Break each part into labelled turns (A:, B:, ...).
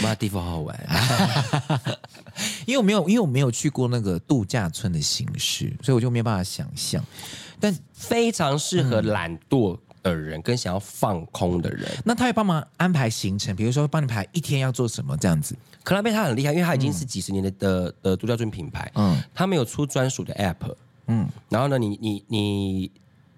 A: 妈，地方好玩，因为我没有，因为我没有去过那个度假村的形式，所以我就没办法想象。但
B: 非常适合懒惰的人跟想要放空的人。
A: 那他会帮忙安排行程，比如说帮你排一天要做什么这样子。
B: 可拉贝它很厉害，因为它已经是几十年的的的度假村品牌，
A: 嗯
B: 嗯，他们有出专属的 app，嗯，然后呢，你你你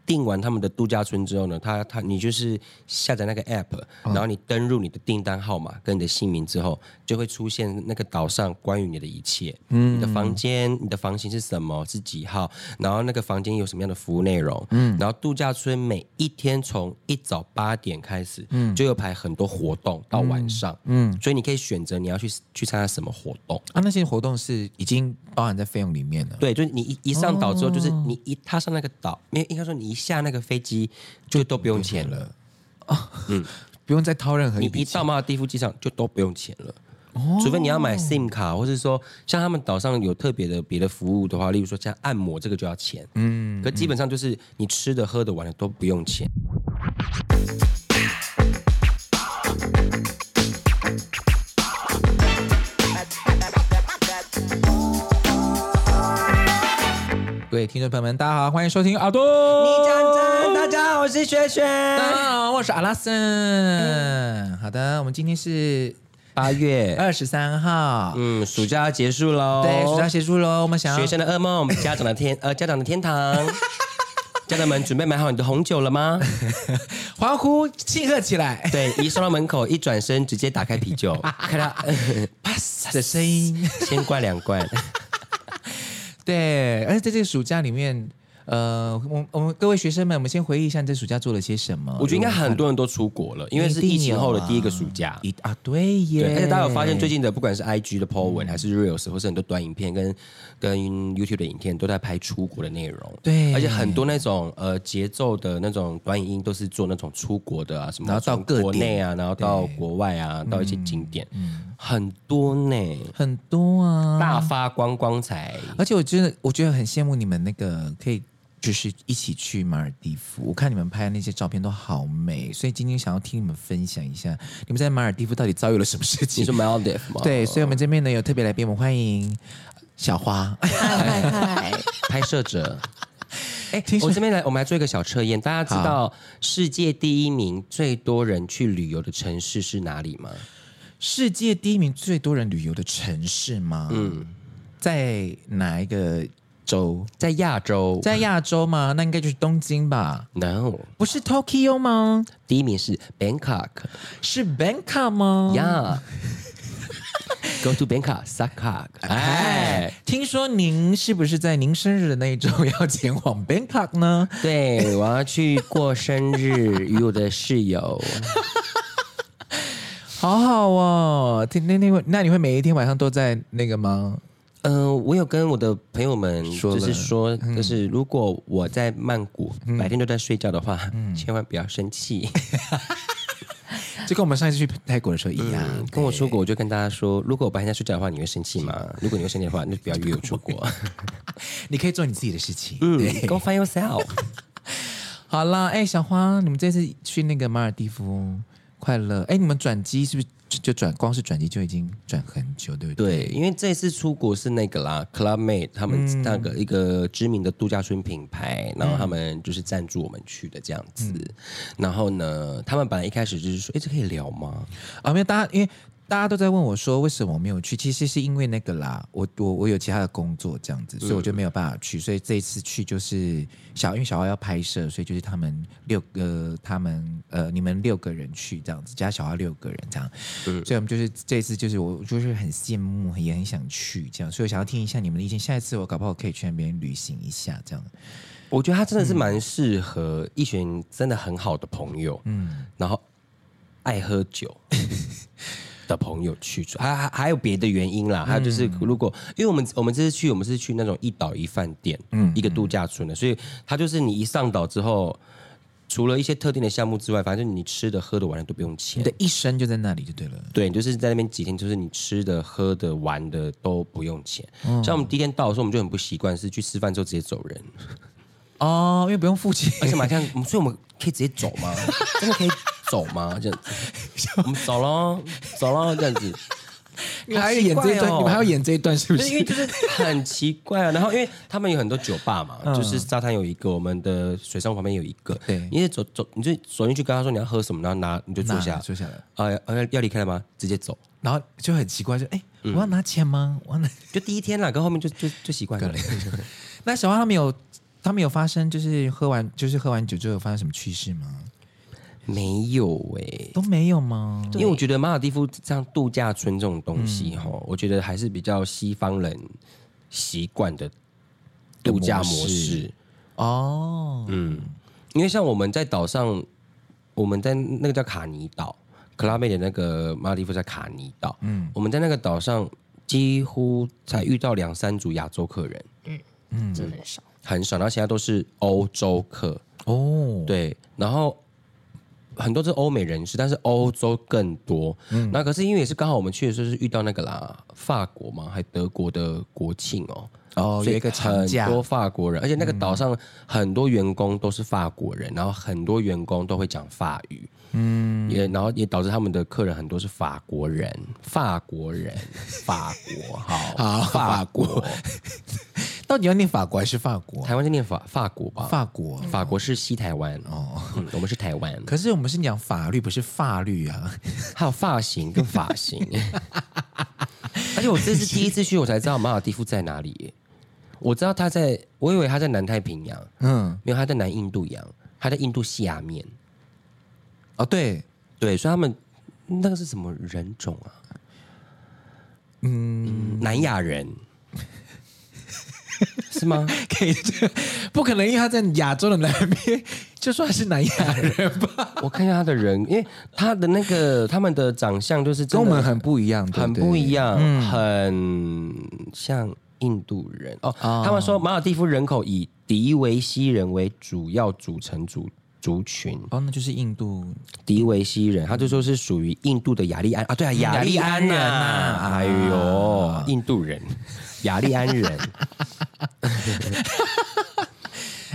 B: 订完他们的度假村之后呢，他他你就是下载那个 app，、然后你登入你的订单号码跟你的姓名之后，就会出现那个岛上关于你的一切，嗯，你的房间、你的房型是什么，是几号，然后那个房间有什么样的服务内容，嗯，然后度假村每一天从一早八点开始，嗯，就有排很多活动到晚上，嗯，所以你可以选择你要去去参加什么活动。
A: 啊，那些活动是已经包含在费用里面了。
B: 对，就是你一一上岛之后，就是你一踏上那个岛，没有应该说你一下那个飞机就都不用钱了，
A: 不用再掏任何
B: 你
A: 一
B: 一
A: 笔钱。
B: 到马尔地夫机场就都不用钱了。除非你要买 SIM 卡，或是说像他们岛上有特别的别的服务的话，例如说像按摩这个就要钱，嗯，可基本上就是你吃的、喝的、玩的都不用钱。
A: 各位听众朋友们，大家好，欢迎收听啊耳朵。你
B: 大家好，我是雪雪。
A: 大家好，我是阿拉森。好的，我们今天是
B: 八月，
A: 二十三号，
B: 嗯，暑假要结束喽，
A: 对，暑假结束喽，我们想要
B: 学生的噩梦，家长的天，呃，家长的天 堂。家长们准备买好你的红酒了吗？
A: 欢呼庆贺起来。
B: 对，一送到门口，一转身直接打开啤 酒，看到
A: 啪的声音。
B: 先灌两 罐。
A: 对，而且在这个暑假里面，呃，我我们各位学生们，我们先回忆一下你这暑假做了些什么。
B: 我觉得应该很多人都出国了，因为是疫情后的第一个暑假。
A: 一啊，对耶，
B: 对，而且大家有发现，最近的不管是 IG 的 po 文，还是 Reels，或是很多短影片跟跟 YouTube 的影片，都在拍出国的内容。
A: 对
B: 而且很多那种呃节奏的那种短影音，都是做那种出国的啊，什么
A: 然后到
B: 从
A: 各嗯
B: 国
A: 地
B: 内啊，然后到国外啊，到一些景点，很多呢，
A: 很多啊，
B: 大发光光彩。
A: 而且我真的我觉得很羡慕你们那个可以。就是一起去马尔蒂夫，我看你们拍的那些照片都好美，所以今天想要听你们分享一下，你们在马尔蒂夫到底遭遇了什么事
B: 你
A: 情
B: 说？Maldive 吗？
A: 对，所以我们这边呢有特别来宾，我们欢迎小花。
C: 嗨嗨嗨！
B: 拍摄者。
A: 哎，听
B: 我这边来，我们来做一个小测验。大家知道世界第一名最多人去旅游的城市是哪里吗？
A: 世界第一名最多人旅游的城市吗？嗯，在哪一个州？
B: 在亚洲。
A: 在亚洲吗？那应该就是东京吧？
B: No，
A: 不是 Tokyo 吗？
B: 第一名是 Bangkok。
A: 是 Bangkok 吗？
B: Yeah。Go to Bangkok, Sakak。
A: 哎
B: 哎，，
A: 听说您是不是在您生日的那一周要前往 Bangkok 呢？
B: 对，我要去过生日，与我的室友。
A: 好好哦，听那那会，那你会每一天晚上都在那个吗？
B: 呃，我有跟我的朋友们
A: 说
B: 就
A: 了嗯
B: 是说，就是如果我在曼谷白天都在睡觉的话，
A: 嗯
B: 千万不要生气。
A: 就跟我们上一次去泰国的时候一样。
B: 嗯跟我出国，我就跟大家说，如果我白天在睡觉的话，你会生气 吗？如果你会生气的话，那就不要约我出 国。
A: 你可以做你自己的事情。
B: 嗯
A: 对，
B: ，Go find yourself。
A: 好啦，哎、小花，你们这次去那个马尔蒂夫快乐，哎、你们转机是不是就就转光是转机就已经转很久，对不对？
B: 对，因为这次出国是那个啦，Club Mate 他们那个一个知名的度假村品牌，然后他们就是赞助我们去的这样子。然后呢，他们本来一开始就是说，哎，这可以聊吗？
A: 啊，没有，大家因为大家都在问我说为什么我没有去，其实是因为那个啦，我我我有其他的工作这样子，所以我就没有办法去，所以这一次去就是小因为小花要拍摄，所以就是他们六个，他们呃你们六个人去这样子，加小花六个人这样，所以我们就是这一次就是我就是很羡慕，也很想去这样，所以我想要听一下你们的意见，下一次我搞不好可以去那边旅行一下这样。
B: 我觉得他真的是蛮适合一 群真的很好的朋友，嗯，然后爱喝酒的的朋友去，嗯还还还有别的原因啦。还有就是，如果因为我们我们这次去，我们是去那种一岛一饭店，嗯，一个度假村的，所以它就是你一上岛之后，除了一些特定的项目之外，反正你吃的、喝的、玩的都不用钱
A: 你。的一生就在那里就对了。
B: 对，你就是在那边几天，就是你吃的、喝的、玩的都不用钱。像我们第一天到的时候，我们就很不习惯，是去吃饭之后直接走人，
A: 哦，因为不用付钱，
B: 而且马上，所以我们可以直接走吗？真的可以走吗？ 这样子，我们走喽，走喽，这样子。
A: 你还要演这一段，
B: 好奇怪哦
A: 你们还要演这一段是不
B: 就是因
A: 是？
B: 为就是很奇怪啊。然后因为他们有很多酒吧嘛，就是沙滩有一个，我们的水上旁边有一个。
A: 嗯对
B: 你也走走，你就走进去跟他说你要喝什么，然后拿你就坐下
A: 拿。坐下来，
B: 啊、呃要要离开了吗？直接走。
A: 然后就很奇怪，就哎，我要拿钱吗？我要拿。
B: 就第一天啦，跟后面就就就习惯了。
A: 那小花他们有他们有发生，就是喝完就是喝完酒之后有发生什么趣事吗？
B: 没有哎、
A: 都没有吗？
B: 因为我觉得马尔蒂夫像度假村这种东西哈、我觉得还是比较西方人习惯的度假模
A: 模
B: 式
A: 式。哦，
B: 嗯，因为像我们在岛上，我们在那个叫卡尼岛，克拉贝的那个马尔蒂夫在卡尼岛，嗯，我们在那个岛上几乎才遇到两三组亚洲客人，嗯
C: 真的很少。
B: 很少，然后其他都是欧洲客，
A: 哦，
B: 对，然后很多是欧美人士，但是欧洲更多。
A: 嗯
B: 那可是因为也是刚好我们去的时候是遇到那个啦，法国嘛，还德国的国庆哦。
A: 哦，
B: 所
A: 有
B: 以
A: 一个长
B: 很
A: 假，嗯
B: 多法国人，而且那个岛上很多员工都是法国人，然后很多员工都会讲法语，嗯，也然后也导致他们的客人很多是法国人，法国人， 法国，好，
A: 好
B: 法国，
A: 到底要念法国还是法国？
B: 台湾就念法法国吧，
A: 法国。
B: 法国是西台湾哦、嗯我们是台湾，
A: 可是我们是讲法律，不是法律啊！
B: 还有发型跟发 型。而且我这次第一次去，我才知道马尔蒂夫在哪里耶。我知道他在，我以为他在南太平洋，
A: 嗯，
B: 没有他在南印度洋，他在印度下面。
A: 哦，对，
B: 对，所以他们那个是什么人种啊？嗯，南亚人是吗？
A: 可以这，不可能，因为他在亚洲的南边，就算是南亚人吧，
B: 我看一下他的人，因为他的那个他们的长相就是真
A: 跟
B: 的
A: 我们很不一样，对
B: 很
A: 对
B: 不一样，很像印度人哦。他们说马尔蒂夫人口以迪维西人为主要组成族族群，
A: 哦，那就是印度
B: 迪维西人，他就说是属于印度的雅利安啊，对啊，雅利安人呐、哎呦，印度人，雅利安 人，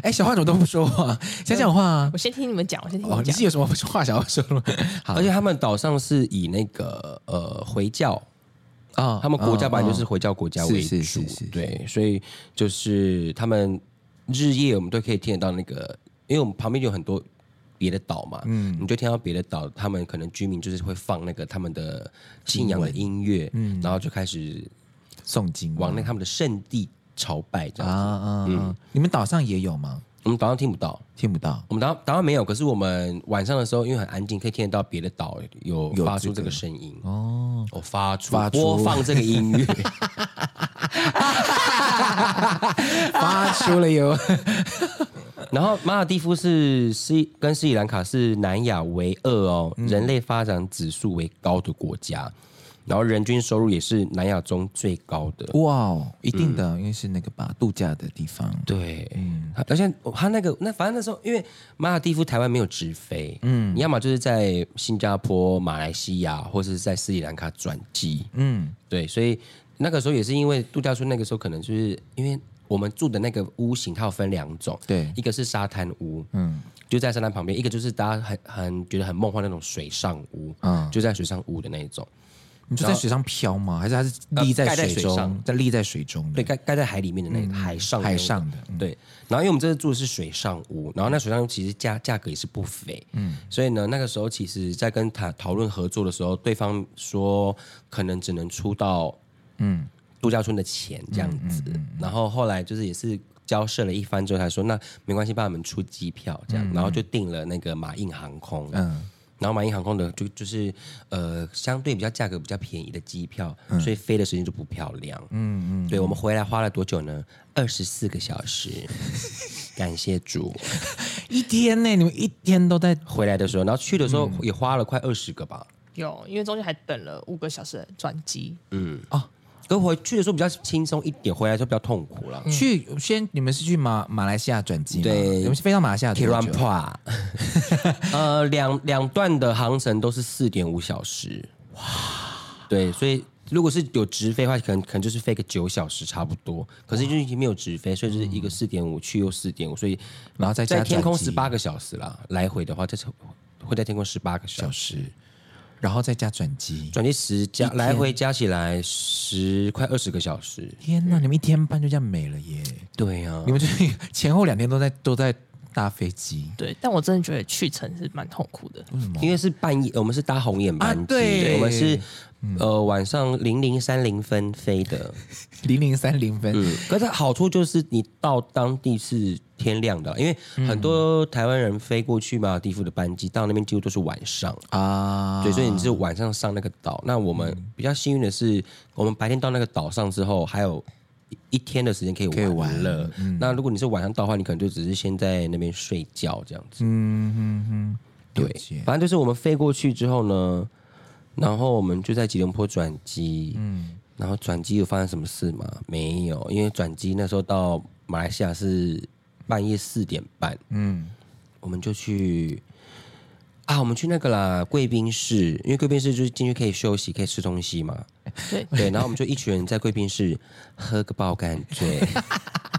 A: 哎，小花怎么都不说 话？讲讲话啊！
C: 我先听你们讲，我先听你
A: 哦，
C: 们
A: 你
C: 讲
A: 是。有什么话想要说的吗？ 好
B: 而且他们岛上是以那个呃回教
A: 啊
B: 他们国家本来就是回教国家为主，
A: 是是是是
B: 对，所以就是他们日夜我们都可以听得到那个，因为我们旁边有很多别的岛嘛，嗯，你就听到别的岛，他们可能居民就是会放那个他们的信仰的音乐，嗯，然后就开始
A: 哦诵经
B: 往嗯那他们的圣地朝拜这
A: 啊
B: 样子。
A: 啊！啊你们岛上也有吗？
B: 我们岛上听不到，
A: 听不到
B: 我们岛上岛上没有，可是我们晚上的时候因为很安静，可以听得到别的岛有
A: 有
B: 发
A: 这
B: 出这
A: 个
B: 个声音，
A: 哦。
B: 哦，发出
A: 发出
B: 播放这个音乐。
A: 发出了有
B: 然后马尔蒂夫是斯跟斯里兰卡是南亚唯二哦，人类发展指数为高的国家，然后人均收入也是南亚中最高的。
A: 哇哦，一定的，
B: 嗯
A: 因为是那个吧度假的地方。
B: 对，嗯而且他那个那反正那时候，因为马尔蒂夫台湾没有直飞，嗯，你要么就是在新加坡、马来西亚，或是在斯里兰卡转机，
A: 嗯，
B: 对，所以那个时候也是因为度假村，那个时候可能就是因为我们住的那个屋型，它有分两种，
A: 对
B: 一个是沙滩屋，
A: 嗯
B: 就在沙滩旁边，一个就是大家很很觉得很梦幻那种水上屋，
A: 嗯，
B: 就在水上屋的那一种，
A: 你就在水上漂吗？还是它是立在
B: 呃盖在
A: 水
B: 水
A: 中，
B: 上
A: 在立在水中的
B: 对，盖盖在海里面的那个、海上的那
A: 嗯海
B: 种
A: 上的？嗯
B: 对，然后因为我们这次住的是水上屋，然后那水上屋其实价价格也是不菲，嗯，所以呢，那个时候其实在跟他讨论合作的时候，对方说可能只能出到
A: 嗯，
B: 度假村的钱这样子，然后后来就是也是交涉了一番之后，他说那没关系，帮我们出机票这样，然后就订了那个马印航空，
A: 嗯
B: 嗯。然后马印航空的就就是呃相对比较价格比较便宜的机票，所以飞的时间就不漂亮。嗯嗯，对我们回来花了多久呢？二十四个小 时，感谢主。
A: 一天呢，你们一天都在
B: 嗯回来的时候，然后去的时候也花了快二十个吧，
C: 有，因为中间还等了五个小时的转机，
B: 啊。可回去的时候比较轻松一点，回来就比较痛苦了。
A: 去先你们是去马马来西亚转机吗？
B: 对
A: 你们是飞到马来西亚
B: t i
A: 多
B: r a n
A: 久
B: p？a 啊 呃，两两段的航程都是四点五小时，哇，对，所以如果是有直飞的话，可能可能就是飞个九小时差不多，可是就是已经没有直飞，所以就是一个四点五去又四点五，所以
A: 然后再加
B: 在天空
A: 转机
B: 十八个小时啦，嗯来回的话，这是会在天空十八个小
A: 小
B: 时，
A: 时，然后再加转机。
B: 转机十加
A: 一天
B: 来回加起来十快二十个小时，
A: 天呐，你们一天半就这样没了耶！
B: 对呀、啊
A: 你，们就是前后两天都在都在搭飞机
C: 对，但我真的觉得去程是蛮痛苦的，
B: 因为是半夜，我们是搭红眼班机，
A: 啊对
B: 我们是呃晚上零零三零分飞的，
A: 零零三零分。
B: 嗯，可是好处就是你到当地是天亮的，因为很多台湾人飞过去马尔蒂夫的班机到那边几乎都是晚上，
A: 啊，
B: 对，所以你是晚上上那个岛。那我们比较幸运的是，我们白天到那个岛上之后，还有一一天的时间可以
A: 可以玩嗯
B: 了。那如果你是晚上到的话，你可能就只是先在那边睡觉这样子。
A: 嗯哼哼，
B: 对
A: 了解，
B: 反正就是我们飞过去之后呢，然后我们就在吉隆坡转机，嗯，然后转机有发生什么事吗？没有，因为转机那时候到马来西亚是半夜四点半，
A: 嗯，
B: 我们就去啊，我们去那个啦贵宾室，因为贵宾室就是进去可以休息，可以吃东西嘛，
C: 对，
B: 对，然后我们就一群人在贵宾室喝个爆干醉，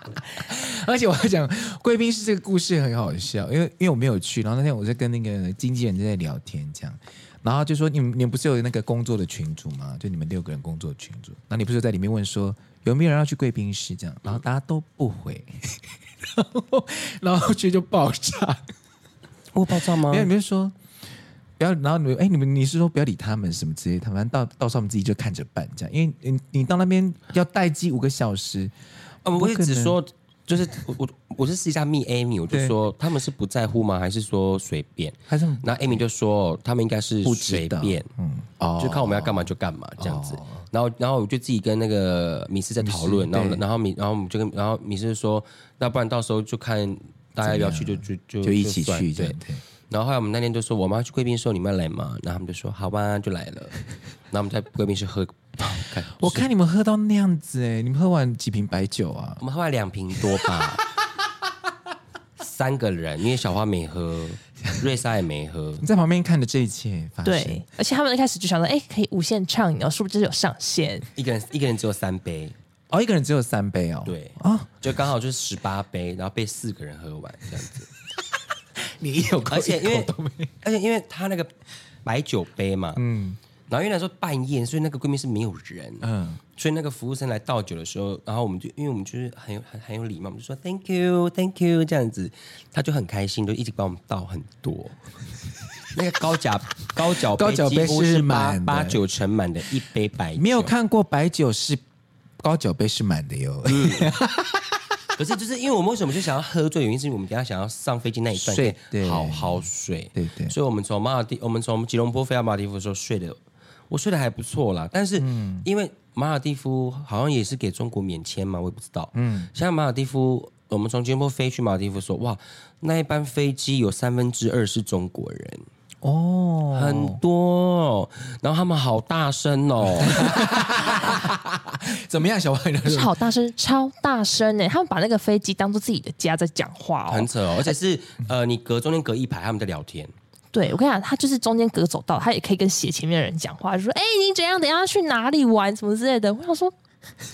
A: 而且我要讲贵宾室这个故事很好笑，因为因为我没有去，然后那天我在跟那个经纪人在聊天，这样，然后就说你们你们不是有那个工作的群组吗？就你们六个人工作群组，那你不是在里面问说有没有人要去贵宾室这样，然后大家都不回， 然后然后就就爆炸，
B: 我有爆炸吗
A: 没有你们就说。不要，然后你们哎，你们你是说不要理他们什么之类的，反正到到时候我们自己就看着办这样，因为你你到那边要待机五个小时，
B: 啊，我
A: 不
B: 也
A: 可
B: 只
A: 能
B: 说，就是我我我是私下密 Amy，我就
A: 对
B: 说他们是不在乎吗？还是说随便？
A: 还是很
B: 然后 Amy 就说他们应该是
A: 不知
B: 随
A: 道
B: 便，
A: 嗯哦
B: 就看我们要干嘛就干嘛这样子。然后然后我就自己跟那个米斯在讨论，
A: 米斯
B: 然后
A: 对
B: 然后米然后我们就跟然后米斯就说，那不然到时候就看大家要去就就就
A: 就一起
B: 算
A: 去这
B: 对
A: 样。对。
B: 然后后来我们那天就说我们要去贵宾室，你们要来吗？然后他们就说好吧，就来了。然后我们在贵宾室喝， 看
A: 我看你们喝到那样子哎、你们喝完几瓶白酒啊？
B: 我们喝了两瓶多吧，三个人，因为小花没喝，瑞莎也没喝，
A: 你在旁边看着这一切发生，
C: 对，而且他们一开始就想说，哎，可以无限畅饮哦，是不是有上限？
B: 一个人一个人只有三杯，
A: 哦，一个人只有三杯哦。
B: 对
A: 啊，
B: 就刚好就是十八杯，然后被四个人喝完这样子。
A: 你有口
B: 而且
A: 一
B: 因
A: 口
B: 为
A: 都没有，
B: 而且因为他那个白酒杯嘛，嗯，然后因为那时候半夜，所以那个闺蜜是没有人，嗯
A: 嗯，
B: 所以那个服务生来倒酒的时候，然后我们就因为我们就是很有很很有礼貌，我们就说 Thank you Thank you 这样子，他就很开心，就一直帮我们倒很多。那个高脚高脚
A: 高脚
B: 几
A: 杯
B: 乎是
A: 是
B: 八
A: 满的
B: 八九成满的一杯白酒，
A: 没有看过白酒是高脚杯是满的哟，
B: 嗯可是就是因为我们为什么就想要喝醉，原因是因为我们等一下想要上飞机那一段可
A: 睡
B: 以
A: 对
B: 好好睡，
A: 对对
B: 所以我们从马尔蒂，我们从吉隆坡飞到马尔蒂夫的时候睡的，我睡得还不错啦。但是
A: 嗯
B: 因为马尔蒂夫好像也是给中国免签嘛，我也不知道。嗯，像马尔蒂夫，我们从吉隆坡飞去马尔蒂夫的时候，哇，那一班飞机有三分之二是中国人。
A: 哦，
B: 很多、哦，然后他们好大声哦，
A: 怎么样，小朋友？
C: 不是好大声，超大声哎！他们把那个飞机当做自己的家在讲话
B: 很
C: 哦。
B: 扯哦，而且是呃，你隔中间隔一排，他们在聊天。
C: 对，我跟你讲，他就是中间隔走道，他也可以跟斜前面的人讲话，就说：“哎、你怎样？等一下要去哪里玩？什么之类的。”我想说，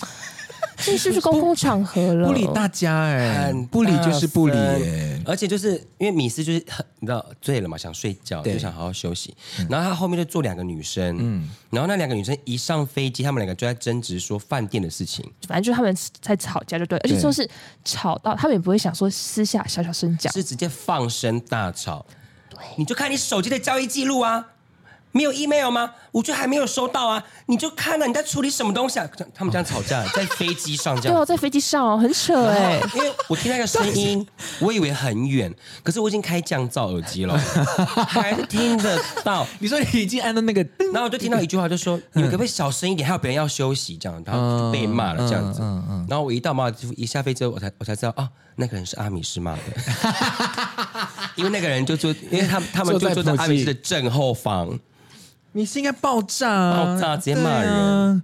C: 这是不是公共场合了？
A: 不理大家哎、
B: 很
A: 不理就是不理
B: 大
A: 哎、
B: 声而且就是因为米斯就是很你知道醉了嘛，想睡觉，
A: 对嗯
B: 就想好好休息。然后他后面就坐两个女生，嗯，然后那两个女生一上飞机，他们两个就在争执说饭店的事情。
C: 反正就是他们在吵架就对，而且就是吵到他们也不会想说私下小小声讲，
B: 是直接放声大吵。你就看你手机的交易记录啊，没有 email 吗？我就还没有收到啊，你就看了、你在处理什么东西啊？他们这样吵 架，在飞机上这
C: 对
A: 啊
B: 样
C: 哦，。在飞机上哦，很扯哎、
B: 因为我听那个声音，我以为很远，可是我已经开降噪耳机了，还是听得到。
A: 你说你已经按到那个，
B: 然后我就听到一句话，就说：“你们可不可以小声一点？还有别人要休息。”这样，然后就被骂了这样子。然后我一到马尔代夫，一下飞之后，我才我才知道啊，那个人是阿米斯骂的，因为那个人就坐，因为他们他们就
A: 坐在
B: 坐在
A: 旁边
B: 阿米斯的正后方。
A: 你是应该爆炸啊，
B: 爆炸直接骂
A: 对啊
B: 人，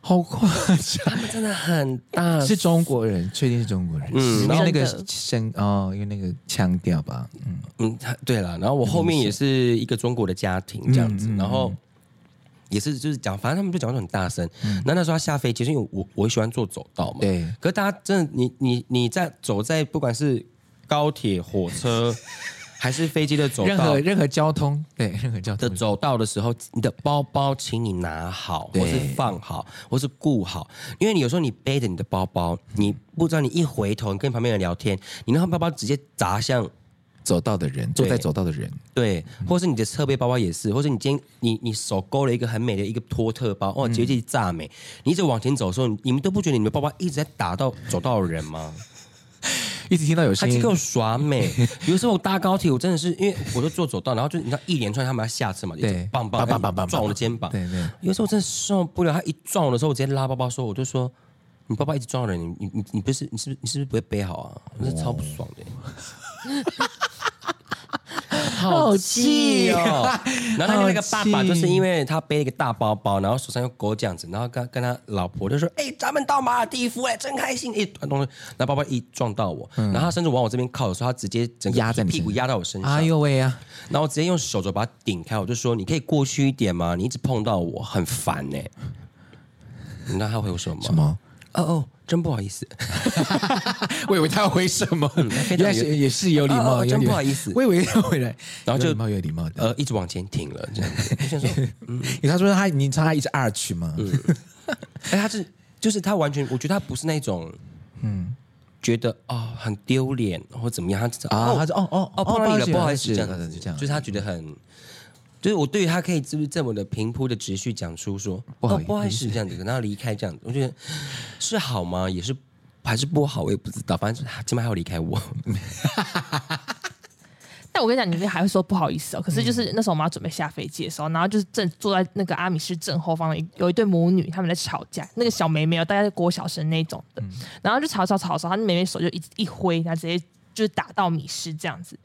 A: 好夸张！
B: 真的很大
A: 是中国人，确定是中国人，
B: 嗯
A: 因为那
C: 真
A: 个
C: 的
A: 声哦，因为那个腔调吧，嗯，
B: 嗯，他对了，然后我后面也是一个中国的家庭这
A: 嗯
B: 样子，然后也是就是讲，反正他们就讲的很大声。那、那时候他下飞机，是因为我我喜欢坐走道嘛，
A: 嗯对
B: 可是大家真的，你你你在走在不管是高铁、火 车还是飞机的走
A: 任
B: 道
A: 何任何交通，对， 任何交
B: 的
A: 通
B: 走道的时候，你的包包请你拿好，
A: 对
B: 或是放好，或是顾好，因为你有时候你背着你的包包，你不知道你一回头，你跟旁边人聊天，你那包包直接砸向
A: 走道的人，坐在走道的人，
B: 对，
A: 嗯
B: 或是你的侧背包包也是，或是你今天你你手勾了一个很美的一个托特包，哦，
A: 嗯
B: 绝对炸美。你一直往前走的时候，你们都不觉得你们包包一直在打到走到人吗？
A: 一直听到有
B: 他
A: 声
B: 就
A: 音
B: 给，我耍 美。有时候我搭高铁，我真的是因为我就坐走道，然后就你知道一连串他们要下车嘛，
A: 对
B: 一直棒棒
A: 棒棒棒棒
B: 撞我的肩膀。
A: 对对，
B: 有时候我真的受不了，他一撞我的时候，我直接拉包包说，我就说。你包包一直撞人，你你你你不是你是不是你是不是不会背好啊？我
A: 哦
B: 是超不爽的、
C: 好
B: 气
C: 气哦！
B: 哦。 然后他那个
A: 好
B: 爸
A: 气
B: 爸就是因为他背了一个大包包，然后手上有狗这样子，然后跟跟他老婆就说：“ 哎、咱们到马尔蒂夫哎、真开心！”一团东西，那包包一撞到我，然后他甚至往我这边靠的时候，他直接整个
A: 压在你
B: 屁股
A: 身上
B: 压到我身上，
A: 哎呦喂呀，
B: 然后我直接用手肘把他顶开，我就说：“你可以过去一点吗？你一直碰到我，很烦哎、 你知道他回我什么吗？
A: 什？么？
B: 哦哦，真不好意思。
A: 我以为他要回什么，
B: 嗯非常有
A: 原来是也是有礼
B: 哦
A: 貌，
B: 哦
A: 有礼
B: 真
A: 貌
B: 不好意思
A: 我以为要回来，
B: 然后就
A: 有礼貌有礼貌的。
B: 呃，一直往前挺了，这样子。我想说，
A: 因为他说他你唱他一直 R 曲嘛，
B: 嗯哎，他是就是他完全，我觉得他不是那种，嗯，觉得哦很丢脸或怎么样，他只是
A: 啊，
B: 哦
A: 他说哦哦
B: 哦碰到你了，不好意思，这样
A: 就
B: 子，嗯
A: 这样，
B: 就是他觉得很。就是我对于他可以就是这么的平铺的直叙讲出说
A: 不好
B: 哦
A: 意思
B: 不好意思这样子，然后离开这样子，我觉得是好吗？也是还是不好，我也不知道。反正起码还要离开我，
C: 但我跟你讲，你们还会说不好意思哦。可是就是那时候我们要准备下飞机的时候，然后就是正坐在那个阿米市正后方的一有一对母女，他们在吵架。那个小妹妹哦，大概是郭小生那种的，然后就吵吵吵吵，她妹妹手就一一挥，然后直接就是打到米市这样子。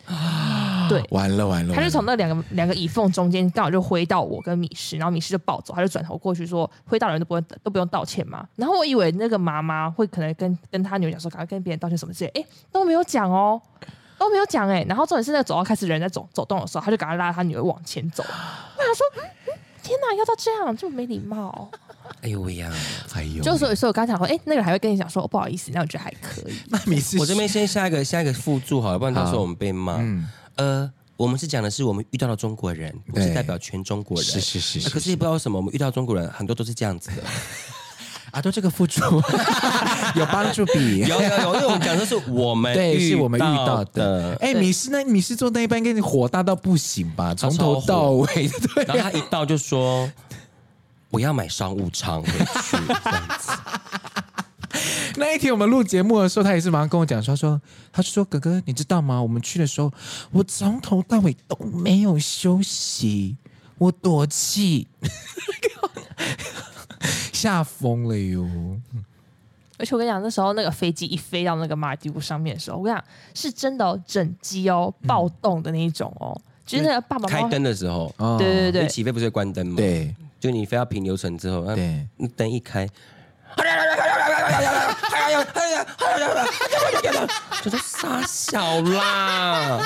C: 对，
A: 完了完了，
C: 他就从
A: 完了
C: 那两个两个椅缝中间刚好就挥到我跟米氏，然后米氏就暴走，他就转头过去说：“挥到人都不用都不用道歉嘛。”然后我以为那个妈妈会可能跟跟他女儿讲说：“赶快跟别人道歉什么之类的。”哎，都没有讲哦，都没有讲哎、然后重点是那个走到开始人在走走动的时候，他就赶快拉他女儿往前走。我想说、嗯嗯天哪，要到这样这么没礼貌、
B: 哎呦喂呀！
A: 哎呦，
C: 就所以所以我刚才讲说，哎、那个人还会跟你讲说、哦不好意思，那我觉得还可以。
A: 那米是
B: 我这边先下一个下一个附注好了，不然到时候我们被骂。呃，我们是讲的是我们遇到的中国人，不是
A: 嗯对
B: 代表全中国人。
A: 是是是
B: 呃
A: 是
B: 可是也不知道为什么，我们遇到中国人很多都是这样 子的。
A: 啊，对这个 付出有帮助比。
B: 有有有，因为我们讲的是我们
A: 对，是我们遇到的
B: 哎的。。
A: 哎，米是那米是做那一班，跟你火大到不行吧？从头到尾， 对
B: 然后他一到就说。不要买商务舱回 去，这样子
A: 那一天我们录节目的时候，他也是马上跟我讲说，他说他说哥哥，你知道吗？我们去的时候，我从头到尾都没有休息，我躲气， 吓疯了哟！
C: 而且我跟你讲，那时候那个飞机一飞到那个马尔蒂夫上面的时候，我跟你讲是真的、哦、整机哦暴动的那一种哦，就是那个爸爸妈
B: 嗯开
C: 妈
B: 灯的时候，
A: 哦
C: 对对
B: 你
C: 对
B: 起飞不是会关灯吗？，
A: 对
B: 就你非要平流程之后，那
A: 对，
B: 那灯一开，就说傻小 啦。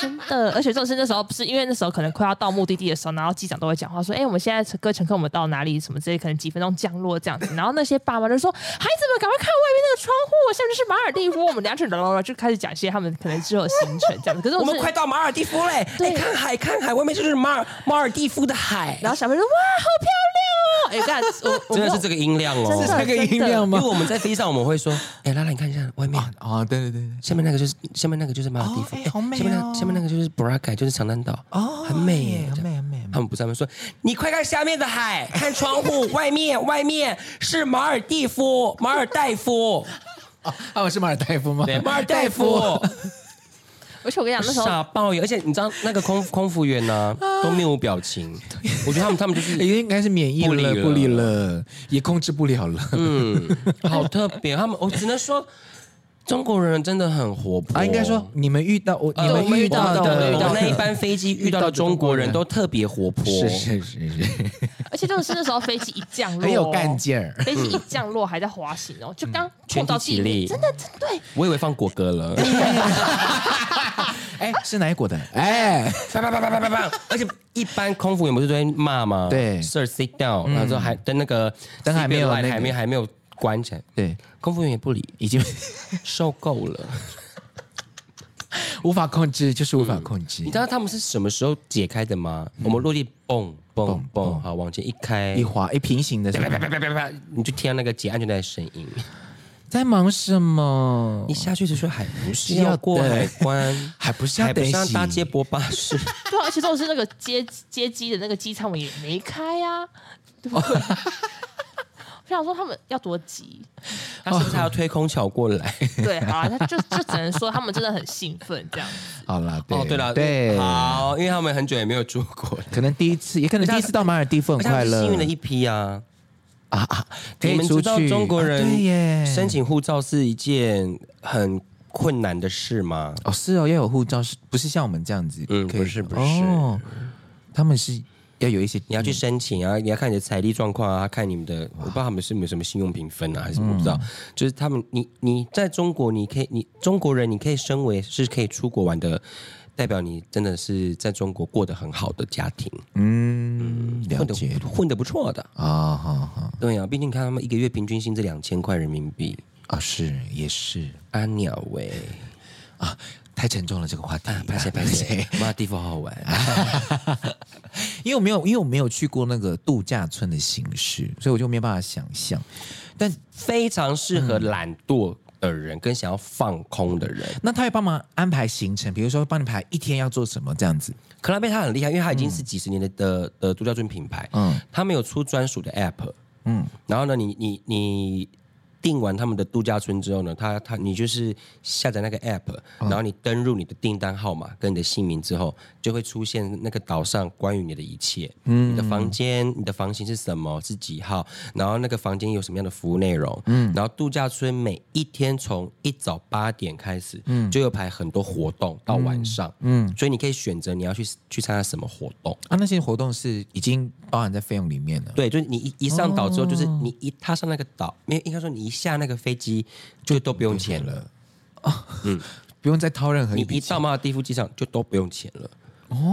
C: 真的，而且重点是那时候不是因为那时候可能快要到目的地的时候，然后机长都会讲话说，哎、我们现在各位乘客我们到哪里什么之类，可能几分钟降落这样
B: 嗯
C: 子，然后那些爸妈就说，孩子们赶快看外面那个窗户，现在就是马尔蒂夫，我们等一下去啦啦啦，就开始讲一些他们可能之后的行程这样子，可是
B: 我
C: 我
B: 们
C: 是
B: 快到马尔蒂夫嘞！哎，
C: 对
B: 看海，看海，外面就是马尔马尔蒂夫的海。
C: 然后小朋友说哇，好漂亮哦，哎、欸，我 我
B: 真的是这个音量哦，
C: 真的
A: 那个音量
B: 因为
A: 吗？
B: 我们在飞机上我们会说， 哎，拉拉，你看一下外面，
A: 哦，对对对，
B: 下面那个就是下面那个就是马尔蒂夫
A: 哦哎，
B: 哎
A: 好美哦
B: 下面那个下面那个就是布拉盖，就是长滩岛，
A: 哦，
B: 很美耶，
A: 很美，很美。
B: 他们不是他们说，你快看下面的海，看窗户外面，外面是马尔蒂 夫，马尔代夫，
A: 啊，我是马尔代夫吗？
B: 对，马尔代夫，
C: 而且我跟你讲那时候
B: 傻爆眼！而且你知道那个空空服员呢，都面无表情，
A: 啊
B: 我觉得他们他们就是
A: 也应该是免疫
B: 不理
A: 了，
B: 了
A: 不理了，也控制不了了。
B: 嗯，好特别。他们我只能说，中国人真的很活泼
A: 啊，应该说你们遇到我，
B: 呃
A: 你
B: 我们
A: 遇
B: 遇到
A: 到
B: 的，我们
A: 的
B: 遇到那一班飞机遇到的中国人都特别活泼，
A: 是是 是是，
C: 而且真的是那时候飞机一降落，
A: 很有干。劲儿。
C: 飞机一降落还在滑行哦，就刚碰
B: 全
C: 到
B: 体
C: 地
B: 起
C: 面，
B: 立，
C: 真的真对，
B: 我以为放国歌了，
A: 哎，是哪一国的？ 哎，
B: 啪啪啪啪啪啪啪！ 而且一般空服员不是都会骂吗？
A: 对
B: ，Sir sit down，、然后之后还灯那个
A: 灯还没有
B: seatbelt light
A: 那个
B: 还没还没有关起来，
A: 对，
B: 空服员也不理，
A: 已 经
B: 受够了。
A: 无法控制，就是无法控制
B: 嗯你。知道他们是什么时候解开的吗？我们落地蹦蹦蹦，好往前一开
A: 一，滑一平 行的时候，
B: 啪啪啪啪，你就听到那个解安全带的声音。
A: 哦在忙什么
B: 你？下去的时候还不是
A: 要
B: 要过
A: 对
B: 海关，
A: 还不是要
B: 还不
A: 等
B: 像
A: 洗
B: 搭接驳巴士，
C: 对啊，而且重点是那个接接机的那个机舱门也没开啊，对不对？我想说他们要多急，
B: 他是不是还要推空桥过来？
C: 对，好啊，那就就只能说他们真的很兴奋这样。
A: 好啦，对
B: 哦，对了，
A: 对，
B: 好，因为他们很久也没有出国了。
A: 可能第一次，也可能第一次到马尔地夫
B: 而
A: 很
B: 且他
A: 快
B: 们是
A: 乐
B: 幸运的一批啊
A: 啊啊，可
B: 你
A: 以
B: 们
A: 出
B: 知道
A: 去。
B: 中国
A: 啊对
B: 人
A: 耶，
B: 申请护照是一件很困难的事吗？
A: 哦是哦，要有护照，是不是像我们这样子？
B: 嗯
A: 可以
B: 不是不是
A: 哦，他们是要有一些
B: 你要去申请啊，你要看你的财力状况啊，看你们的，我不知道他们是没有什么信用评分啊，还是我不知
A: 嗯
B: 道。就是他们，你你在中国，你可以，你中国人，你可以身为是可以出国玩的，代表你真的是在中国过得很好的家庭，
A: 嗯了
B: 混得
A: 解
B: 混得不错的。
A: 啊，好好
B: 对呀、啊，毕竟你看他们一个月平均薪资两千块人民币，
A: 啊，是也是
B: 阿鸟喂、
A: 啊，太沉重了这个话题，
B: 啊拍谁拍谁， 妈地方好玩。啊
A: 因为我没有，因为我没有去过那个度假村的形式，所以我就没有办法想象。但
B: 非常适合懒惰的人跟想要放空的人。
A: 那他会帮忙安排行程，比如说帮你排一天要做什么这样子。
B: 克拉贝他很厉害，因为他已经是几十年的的的度假村品牌，
A: 嗯
B: 他们有出专属的 app，
A: 嗯，
B: 然后呢，你你你订完他们的度假村之后呢，他他你就是下载那个 app，然后你登入你的订单号码跟你的姓名之后，就会出现那个岛上关于你的一切，你的房间、你的房型是什么，是几号，然后那个房间有什么样的服务内容，嗯，然后度假村每一天从一早八点开始，嗯，就有排很多活动到晚上，嗯，所以你可以选择你要去去参加什么活动。
A: 啊，那些活动是已经包含在费用里面了。
B: 对，就是你一一上岛之后，就是你一踏上那个岛，没有应该说你一下那个飞机就都不用钱了。嗯
A: 不用再掏任何
B: 你
A: 一笔
B: 一
A: 钱
B: 到马尔地夫机场就都不用钱了，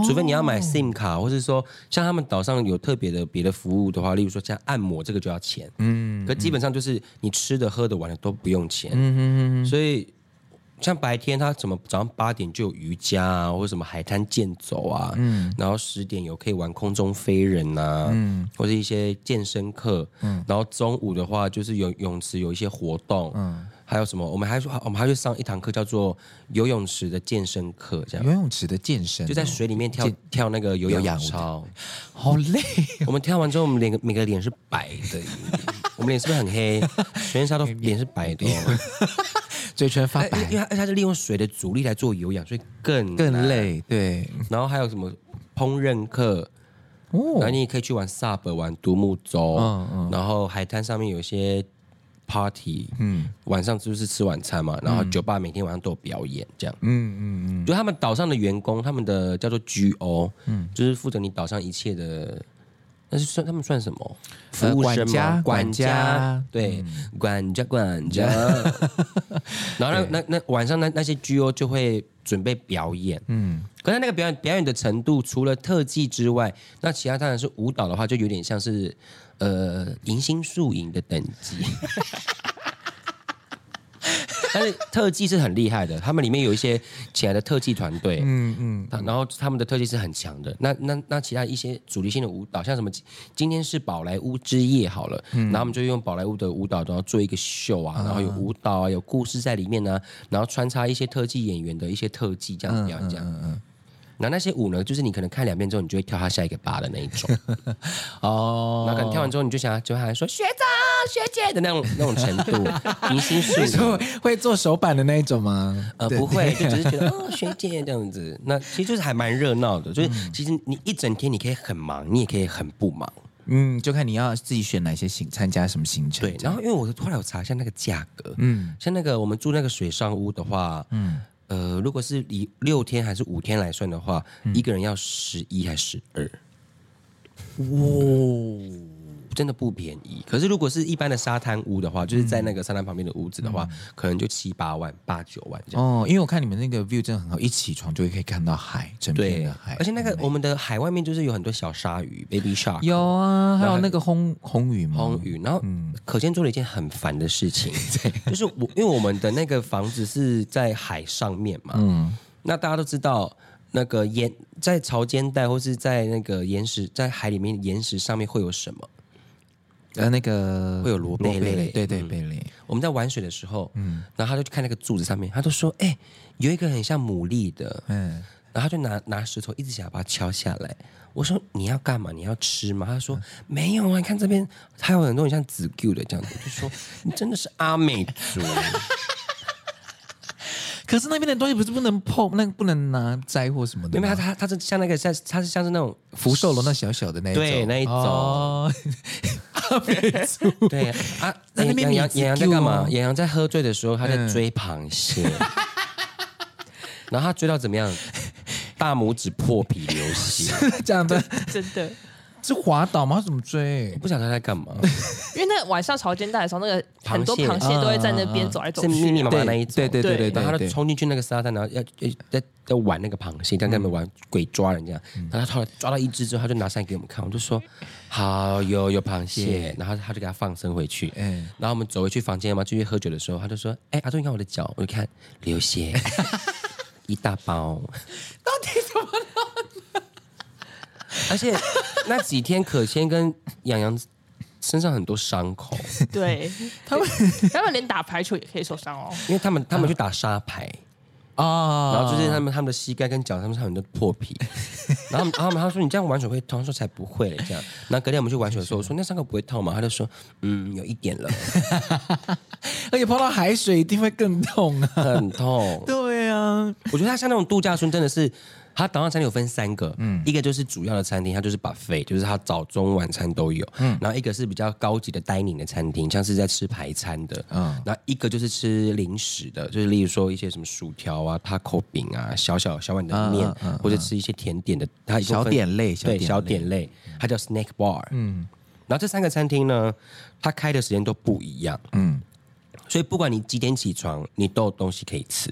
B: 除非你要买 SIM 卡，或是说像他们岛上有特别的别的服务的话，例如说像按摩这个就要钱，嗯，可基本上就是你吃的、喝的、玩的都不用钱，嗯所以。像白天他怎么早上八点就有瑜伽啊，或者什么海滩健走啊，嗯，然后十点有可以玩空中飞人啊，嗯，或者一些健身课，嗯，然后中午的话就是有泳池有一些活动，嗯，还有什么？我们还说我们还去上一堂课叫做游泳池的健身课，这样
A: 游泳池的健身哦，
B: 就在水里面跳跳那个游
A: 有
B: 泳
A: 氧舞的
B: 操。
A: 好 累
B: 我们跳完之后，我们脸每个脸是白 的，我们脸是不是很黑？全身上都脸是白的、哦。
A: 哦，嘴唇发
B: 哎因为因为
A: 白，
B: 它它是利用水的阻力来做有氧，所以更
A: 更
B: 难。
A: 累。对，
B: 然后还有什么烹饪课，然后
A: 哦，
B: 你也可以去玩 SUP、玩独木舟，
A: 嗯嗯
B: 然后海滩上面有一些 party，嗯，晚上就是吃晚餐嘛，然
A: 嗯
B: 后酒吧每天晚上都有表演，这样，嗯嗯嗯，就他们岛上的员工，他们的叫做 GO，嗯，就是负责你岛上一切的。那是算他们算什么？服务生吗
A: 呃管家？管家嗯
B: 对，管家管 家。然后那那那晚上那那些 GO 就会准备表演，嗯，可是那个表演表演的程度，除了特技之外，那其他当然是舞蹈的话，就有点像是呃迎新宿营的等级。但是特技是很厉害的，他们里面有一些起来的特技团队，嗯嗯，然后他们的特技是很强的。那那那其他一些主题性的舞蹈，像什么今今天是宝莱坞之夜好了，然后他们就用宝莱坞的舞蹈，然后做一个秀嗯啊，然后有舞蹈啊，有故事在里面啊，然后穿插一些特技演员的一些特技这样子表演这样。那那些舞呢，就是你可能看两遍之后，你就会跳他下一个八的那一种， 然后可能
A: 哦，
B: 跳完之后，你就想要就喊说学长学姐的那种那种程 度，迎新术语。
A: 会会做手板的那一种吗？
B: 呃，
A: 对
B: 不会，就只是觉得哦，学姐这样
A: 嗯
B: 子。那其实就是还蛮热闹的，就是其实你一整天你可以很忙，你也可以很不忙。
A: 嗯，就看你要自己选哪些行参加什么行程。
B: 对，然后因为我后来我查一下那个价格，
A: 嗯
B: 像那个我们住那个水上屋的话，
A: 嗯，
B: 呃，如果是以六天还是五天来算的话，
A: 嗯
B: 一个人要十一还十二，真的不便宜。可是如果是一般的沙滩屋的话，就是
A: 嗯
B: 在那个沙滩旁边的屋子的话，可能就七八万、八九万这样。
A: 哦，因为我看你们那个 view 真的很好，一起床就可以看到海，整片
B: 对
A: 的海，，
B: 而且那个
A: 很美
B: 我们的海外面就是有很多小鲨鱼，baby shark，
A: 有嗯啊，还
B: 然
A: 有
B: 后
A: 那个红红雨吗？
B: 风雨，然后可见做了一件很烦的事 情，就是我因为我们的那个房子是在海上面嘛，
A: 嗯，
B: 那大家都知道，那个岩在潮间带或是在那个岩石在海里面岩石上面会有什么？
A: 呃，那个
B: 会有螺贝嗯类
A: 对对贝类，
B: 我们在玩水的时候，嗯，然后他就去看那个柱子上面，他就说：“哎、有一个很像牡蛎的。”
A: 嗯，
B: 然后他就拿拿石头一直想要把它敲下来。我说：“你要干嘛？你要吃吗？”他说：“没有啊，你看这边还有很多很像子 Q 的这样子。”我就说：“你真的是阿美族。啊
A: 可是那边的东西不是不能碰，那个不能拿摘或什么”的
B: 因为
A: 吗，
B: 他他他是像那个像他是像是那种
A: 福寿螺那小小的那一种，
B: 对那一种
A: 哦
B: 对啊，
A: 那那
B: 杨杨
A: 边米
B: 杨
A: 子
B: 杨在
A: Q
B: 干
A: 哦
B: 嘛？杨洋在喝醉的时候，他在追螃蟹，然后他追到怎么样？大拇指破皮流血，
A: 这样的
C: 真的。
A: 是滑倒吗？他怎么追
B: 我？不晓得他在干嘛，
C: 因为那晚上潮间带的时候，那个很多
B: 螃蟹
C: 螃蟹都会在那边走来走
B: 是
C: 去，
B: 密密麻麻那一种。
A: 对对对对
B: 然后他就
A: 对对，
B: 冲进去那个沙滩，然后要要要要玩那个螃蟹，但跟他们玩鬼抓人家。
A: 嗯
B: 然后他后来抓到一只之后，他就拿上来给我们看，我就说好有有螃蟹，然后他就给他放生回去。
A: 嗯
B: 然后我们走回去房间嘛，继续喝酒的时候，他就说：“哎、阿忠，你看我的脚，我就看流 血，一大包，到底怎么弄？”而且那几天，可谦跟杨洋身上很多伤口，
C: 对，他们他们连打排球也可以受伤哦。
B: 因为他们他们去打沙排，
A: 啊
B: 然后就是他们他们的膝盖跟脚，他们上很多破皮。然后他们然后他们他说你这样玩水会痛，他说才不会嘞这样。然后隔天我们去玩水的时候，我说那伤口不会痛吗？他就说嗯，有一点了，
A: 而且泡到海水一定会更痛啊。
B: 很痛。
A: 对啊，
B: 我觉得它像那种度假村，真的是它岛上餐厅有分三个，嗯，一个就是主要的餐厅，它就是 buffet，就是它早中晚餐都有，嗯，然后一个是比较高级的 dining 的餐厅，像是在吃排餐的，
A: 嗯
B: 嗯，然后一个就是吃零食的，就是例如说一些什么薯条啊、塔口饼啊、小小小碗的面，
A: 嗯嗯嗯
B: 或者吃一些甜点的，它一共分
A: 小点类小
B: 对
A: 点类
B: 小点类，它叫 snack bar，嗯，然后这三个餐厅呢，它开的时间都不一样，
A: 嗯，
B: 所以不管你几点起床，你都有东西可以吃。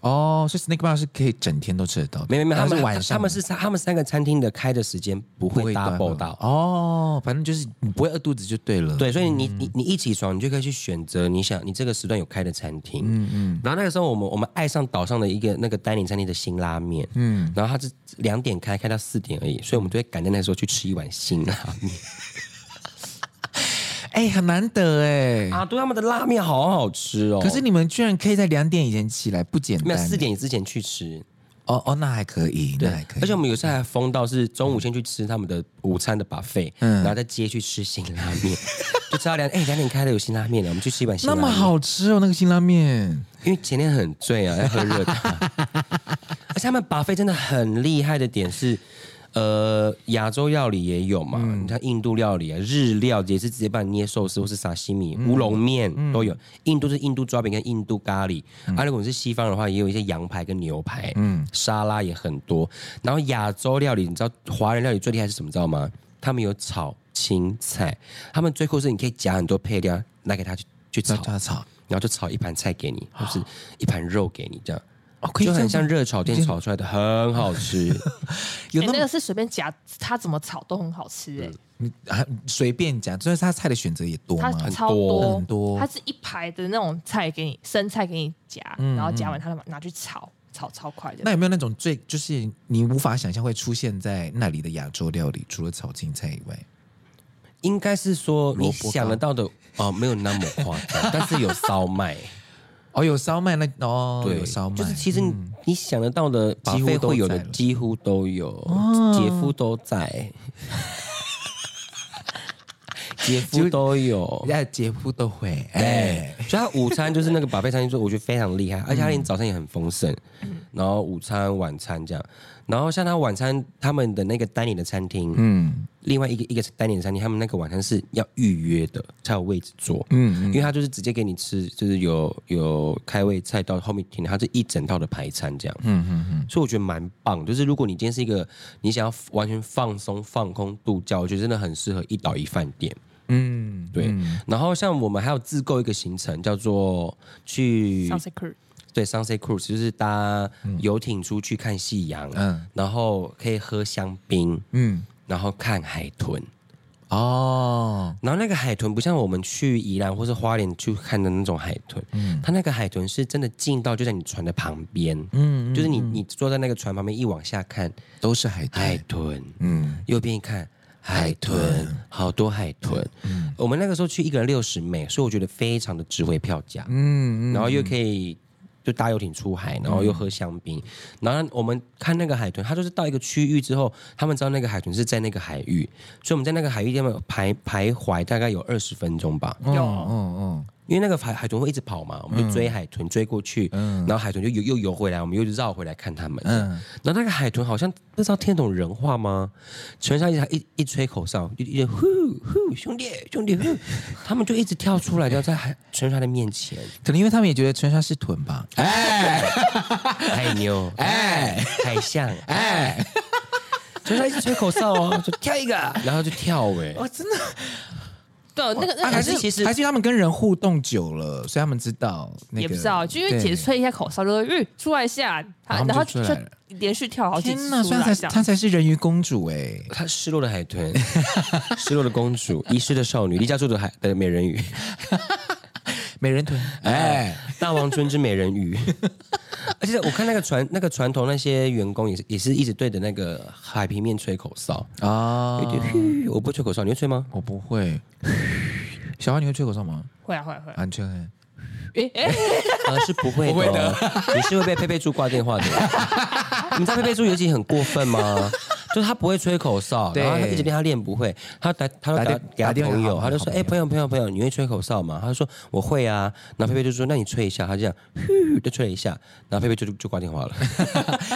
A: 哦，所以 snack bar 是可以整天都吃得到的，
B: 没没没，他
A: 但
B: 们
A: 是晚上
B: 他们是他们三个餐厅的开的时间不
A: 不
B: 会
A: 断
B: double
A: 的
B: 到。
A: 哦，反正就是你不会饿肚子就对了。，
B: 对，所以你
A: 嗯
B: 你你一起床，你就可以去选择你想你这个时段有开的餐厅。嗯嗯。然后那个时候，我们我们爱上岛上的一个那个丹宁餐厅的新拉面。嗯。然后它是两点开，开到四点而已，所以我们就会赶在那时候去吃一碗新拉面。
A: 啊哎、很难得哎、
B: 啊，对，他们的拉面好好吃哦。
A: 可是你们居然可以在两点以前起来，不简
B: 没
A: 单。
B: 有四点之前去吃，
A: 哦哦，那还可以，那还可以。嗯
B: 而且我们有时候还疯到是中午先去吃他们的午餐的 buffet，、然
A: 嗯
B: 后再接去吃新拉面， 就吃到两哎两点开的有新拉面了，我们去吃一碗新
A: 那
B: 拉面。
A: 么好吃哦，那个辛拉面。
B: 因为前天很醉 啊，要喝热汤。而且他们巴菲真的很厉害的点是，呃，亚洲料理也有嘛，你看印度料理啊、日料也是直接帮你捏寿司或是沙西米、乌龙面都有。印度是印度抓饼跟印度咖喱，啊，如果你是西方的话，也有一些羊排跟牛排，嗯，沙拉也很多。然后亚洲料理，你知道华人料理最厉害是什么？知道吗？他们有炒青菜，他们最酷是你可以夹很多配料拿给他去去
A: 叫
B: 炒。
A: 叫炒
B: 然后就炒一盘菜给你，或是一盘肉给你，这样
A: 啊哦，可以
B: 就
A: 这
B: 很
A: 样
B: 像
A: 子
B: 热炒店炒出来的，很好 吃。
A: 有
C: 欸
A: 那
C: 那
A: 么、
C: 个是随便夹，它怎么炒都很好吃哎，
A: 你啊随便讲，就是它菜的选择也多
C: 它
A: 嘛。
C: 超
B: 多
A: 很多
C: 它是一排的那种菜给你，生菜给你夹，然后夹完它拿去炒，炒超快的
A: 嗯那。有没有那种最就是你无法想象会出现在那里的亚洲料理，除了炒青菜以外？
B: 应该是说
A: 萝
B: 你
A: 卜糕
B: 想得到的哦，没有那么夸 张，但是有烧麦，
A: 哦，有烧麦那哦，
B: 对，
A: 有烧麦，嗯
B: 就是其实你你想得到的，
A: 几乎
B: 巴菲
A: 都
B: 会有
A: 在
B: 的
A: 了哦
B: 几乎都有，姐夫都 在，姐夫都有。
A: 哎，姐夫都会哎嗯
B: 哎，，所以他午餐就是那个把费餐厅做，我觉得非常厉害，而且他连早餐也很丰盛，然后午餐、晚餐这样，然后像他晚餐他们的那个丹尼的餐厅，
A: 嗯，
B: 另外一个一个是单点餐厅，他们那个晚餐是要预约的才有位置坐，
A: 嗯
B: 因为他就是直接给你吃，就是有有开胃菜到后面停，它是一整套的排餐这样，
A: 嗯嗯嗯，
B: 所以我觉得蛮棒。就是如果你今天是一个你想要完全放松、放空度假，我觉得真的很适合一岛一饭店。
A: 嗯，
B: 对然后像我们还有自购一个行程，叫做去
C: Sunset Cruise
B: 对 Sunset Cruise，就是搭游艇出去看夕阳，
A: 嗯
B: 然后可以喝香槟，
A: 嗯，
B: 然后看海豚。
A: 哦，
B: 然后那个海豚不像我们去宜兰或是花莲去看的那种海豚，它那个海豚是真的近到就在你船的旁边，
A: 嗯，
B: 就是你你坐在那个船旁边一往下看，
A: 都是海
B: 海
A: 带，
B: 豚，
A: 嗯
B: 右边一看。海豚，好多海豚。
A: 嗯
B: 我们那个时候去一个人六十美，所以我觉得非常的值回票价。
A: 嗯嗯，嗯
B: 然后又可以就搭游艇出海，然后又喝香槟，然后我们看那个海豚，它就是到一个区域之后，他们知道那个海豚是在那个海域，所以我们在那个海域地方徘徘徊大概有二十分钟吧，
A: 嗯嗯
B: 因为那个海海豚会一直跑嘛，我们就追海豚追过去，然后海豚就游又游回来，我们又绕回来看它们。
A: 嗯
B: 然后那个海豚好像不知道听得懂人话吗？全上一直一一吹口哨，就一直呼呼兄弟兄弟呼，他们就一直跳出来，然后在海全船的面前。
A: 嗯，可能因为他们也觉得春山是豚吧，
B: 哎海牛，哎，海象，哎，就是他一直吹口哨哦，就跳一个，然后就跳哎、
C: 对，那个那
A: 啊
C: 个
A: 还
C: 是
A: 是
B: 其实
A: 还是他们跟人互动久了，所以他们知道那个，
C: 也不知道，就因为
A: 对
C: 姐吹一下口哨，就说嗯出来一下，他
A: 然后
C: 然后
A: 就
C: 就
A: 出来了
C: 连续跳好几
A: 天
C: 次
A: 呐，
C: 出
A: 所以
C: 来
A: 她
C: 这
A: 才
C: 样
A: 她才是人鱼公主哎，
B: 她失落的海豚， 失落的公主，遗失的少女，离家出走的海的美人 鱼，
A: 美 人豚，哎，
B: 大王村之美人鱼。而且我看那个船，那个船头那些员工也是也是一直对着那个海平面吹口哨。
A: 啊
B: 有，点吁我不会吹口哨，你会吹吗？
A: 我不 会，小花你会吹口哨吗？
C: 会啊会啊会啊，
A: 啊，你吹，
C: 哎哎，
B: 呃，是不会的、哦， 你是会被佩佩猪挂电 话的。你知道佩佩猪有一集很过分吗？就是他不会吹口哨，
A: 对
B: 然后他一直练，他练不会，他打他
A: 打
B: 都打
A: 电
B: 给
A: 打
B: 他
A: 电话
B: 朋友，
A: 好
B: 他就说：“
A: 好
B: 哎、朋友朋友朋友，你会吹口哨吗？”他就说：“我会啊。”然后佩佩就说：“那你吹一下。”他就这样， 呼就吹了一下，然后佩佩就就就挂电话 了。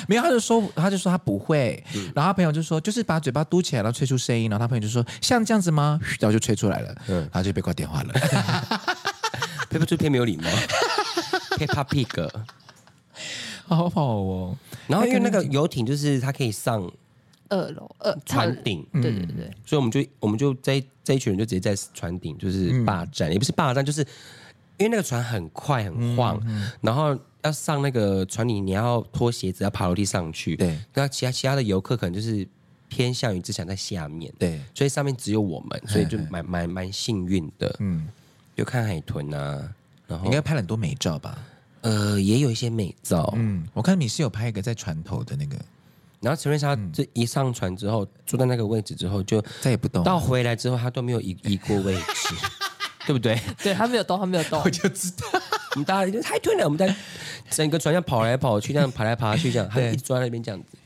A: 没有，他就说，他就说他不会，
B: 嗯
A: 然后他朋友就说，就是把嘴巴嘟起来，然后吹出声音，然后他朋友就说，像这样子吗？然后就吹出来了，
B: 嗯
A: 然后就被挂电话 了。
B: 佩佩猪偏没有礼 貌 ，Peppa Pig。
A: 好好哦，
B: 然后因为那个游艇就是它可以上
C: 二楼二
B: 船
C: 顶，
B: 顶，
C: 对
A: 嗯
C: 对对，
B: 所以我们就我们就这一这一群人就直接在船顶
A: 嗯
B: 就是霸占，也不是霸占，就是因为那个船很快
A: 嗯
B: 很晃，然后要上那个船顶，你要脱鞋子，要爬楼梯上去。
A: 对，
B: 那其他其他的游客可能就是偏向于只想在下面，
A: 对，
B: 所以上面只有我们，所以就蛮蛮蛮幸运的。嗯，就看海豚啊，然后
A: 应该拍了很多美照吧？
B: 呃也有一些美照。
A: 嗯，我看你是有拍一个在船头的那个，
B: 然后陈瑞莎
A: 嗯
B: 这一上船之后，坐在那个位置之后，就
A: 再也不动，
B: 到回来之后，她都没有移移过位置，对不对？
C: 对他没有动，他没有动，
B: 我们大家就太吞了，我们在整个船上跑来跑去，这样爬来爬去，这样，他就一直坐在那边这 样子，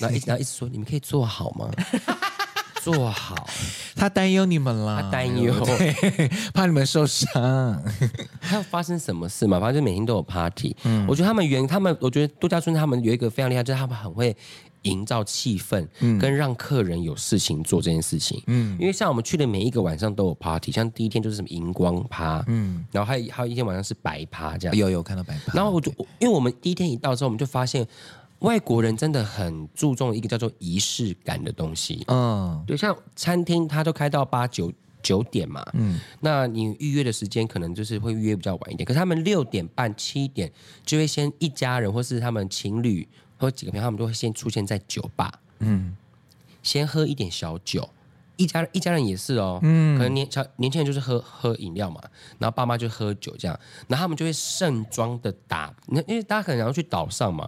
B: 然后一直然后一直说：“你们可以坐好 吗？坐好。
A: 他担忧你们啦，
B: 他担忧
A: 对，怕你们受伤。”
B: 还有发生什么事嘛？反正就每天都有 party。我觉得他们原他们，我觉得度假村他们有一个非常厉害，就是他们很会营造气氛，跟让客人有事情做这件事情。嗯，因为像我们去的每一个晚上都有 party，像第一天就是什么荧光趴，嗯，然后还有还有一天晚上是白趴这样。
A: 有有看到白胖，
B: 然后我就我因为我们第一天一到之后，我们就发现外国人真的很注重一个叫做仪式感的东西。
A: 嗯
B: 对，像餐厅它都开到八九九点嘛，嗯，那你预约的时间可能就是会预约比较晚一点，可是他们六点半七点就会先一家人或是他们情侣或几个朋友，他们都会先出现在酒吧，
A: 嗯
B: 先喝一点小酒。一家一家人也是哦，可能年小年轻人就是喝喝饮料嘛，然后爸妈就喝酒这样，然后他们就会盛装的打，那因为大家可能要去岛上嘛，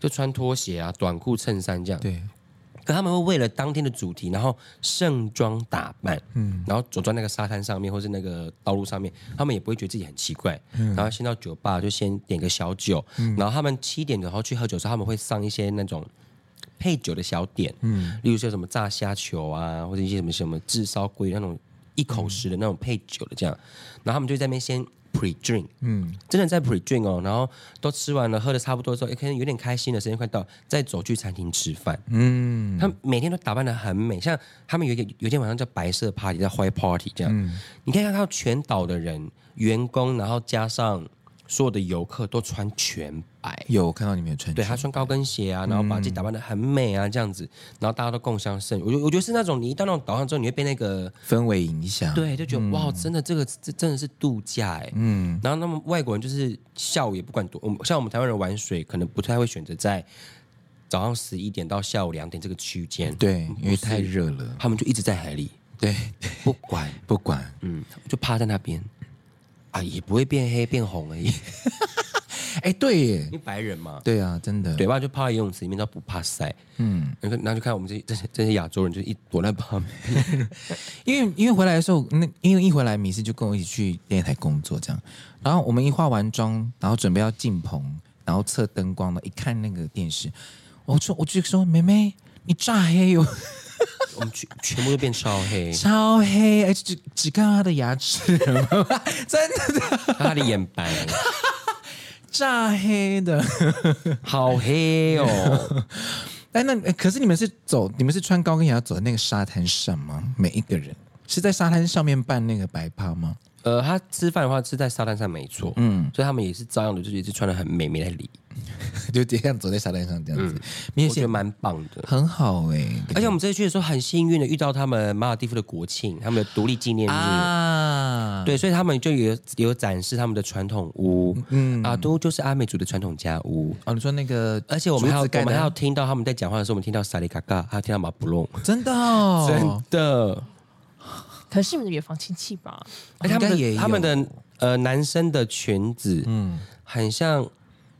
B: 就穿拖鞋啊、短裤、衬衫这样。
A: 对，
B: 可他们会为了当天的主题，然后盛装打扮，嗯，然后走在那个沙滩上面或是那个道路上面，他们也不会觉得自己很奇怪。然后先到酒吧就先点个小酒，然后他们七点然后去喝酒的时候，他们会上一些那种配酒的小点，嗯，例如说什么炸虾球啊，或者一些什么什么炙烧鲑鱼那种一口食的那种配酒的这样，然后他们就在那边先噗 pre drink，
A: 嗯，
B: 真的在 pre drink 哦，然后都吃完了，喝的差不多之后，也哎可能有点开心了，时间快到，再走去餐厅吃饭。
A: 嗯，
B: 他们每天都打扮的很美，像他们有一个有一天晚上叫白色 party，叫 white party 这样。你可以看到全岛的人、员工，然后加上所有的游客都穿全白。
A: 有我看到你们有穿，
B: 对他穿高跟鞋啊，然后把自己打扮的很美啊，这样子，然后大家都共襄盛举。我觉得我觉得是那种你一到那种岛上之后，你会被那个
A: 氛围影响，，
B: 对，就觉得、哇，真的这个这真的是度假哎、
A: 嗯，
B: 然后那么外国人就是下午也不管多，我们像我们台湾人玩水，可能不太会选择在早上十一点到下午两点这个区间，
A: 对，因
B: 嗯
A: 为
B: 不是
A: 太热了，
B: 他们就一直在海里，
A: 对，
B: 不管，
A: 不管，
B: 嗯，就趴在那边啊，也不会变黑变红而已。
A: 哎，对耶
B: 因，为白人嘛，
A: 对啊，真的，
B: 对，吧？就泡在游泳池里面，都不怕晒。
A: 嗯，
B: 然后然后就看我们这这些这些亚洲人，就一躲在 旁边。
A: 因为因为回来的时候，那因为一回来，米斯就跟我一起去电台工作这样，然后我们一化完妆，然后准备要进棚，然后测灯光了，一看那个电视，我说我就说妹妹，你炸黑哟、，
B: 我们全全部都变超黑
A: 超黑，而且只只看到他的牙齿， 真的
B: 他的眼 白
A: 炸黑的。
B: 好黑 哦。
A: 哎，那可是你们是走，你们是穿高跟鞋要走在那个沙滩上吗？每一个人是在沙滩上面办那个白趴吗？
B: 呃，他吃饭的话是在沙滩上没错，嗯，所以他们也是照样的，就是也是穿的很美美在里，
A: 就这样走在沙滩上这样子，你
B: 我
A: 也
B: 觉
A: 是
B: 得蛮棒的。
A: 很好哎、
B: 而嗯且我们这次去的时候很幸运的遇到他们马尔蒂夫的国庆，他们的独立纪念日。
A: 啊，
B: 对，所以他们就有有展示他们的传统屋，嗯，阿都就是阿美族的传统家屋，
A: 哦，你说那个，
B: 而且我们还有
A: 竹子盖
B: 我
A: 的
B: 们还有听到他们在讲话的时候，我们听到萨利嘎嘎，还有听到马布隆，
A: 真的、哦，
B: 真的，
C: 可能是你们的远房亲戚吧？
B: 而且哎他们
A: 应该也
B: 的
A: 有
B: 他们的呃男生的裙子，嗯，很像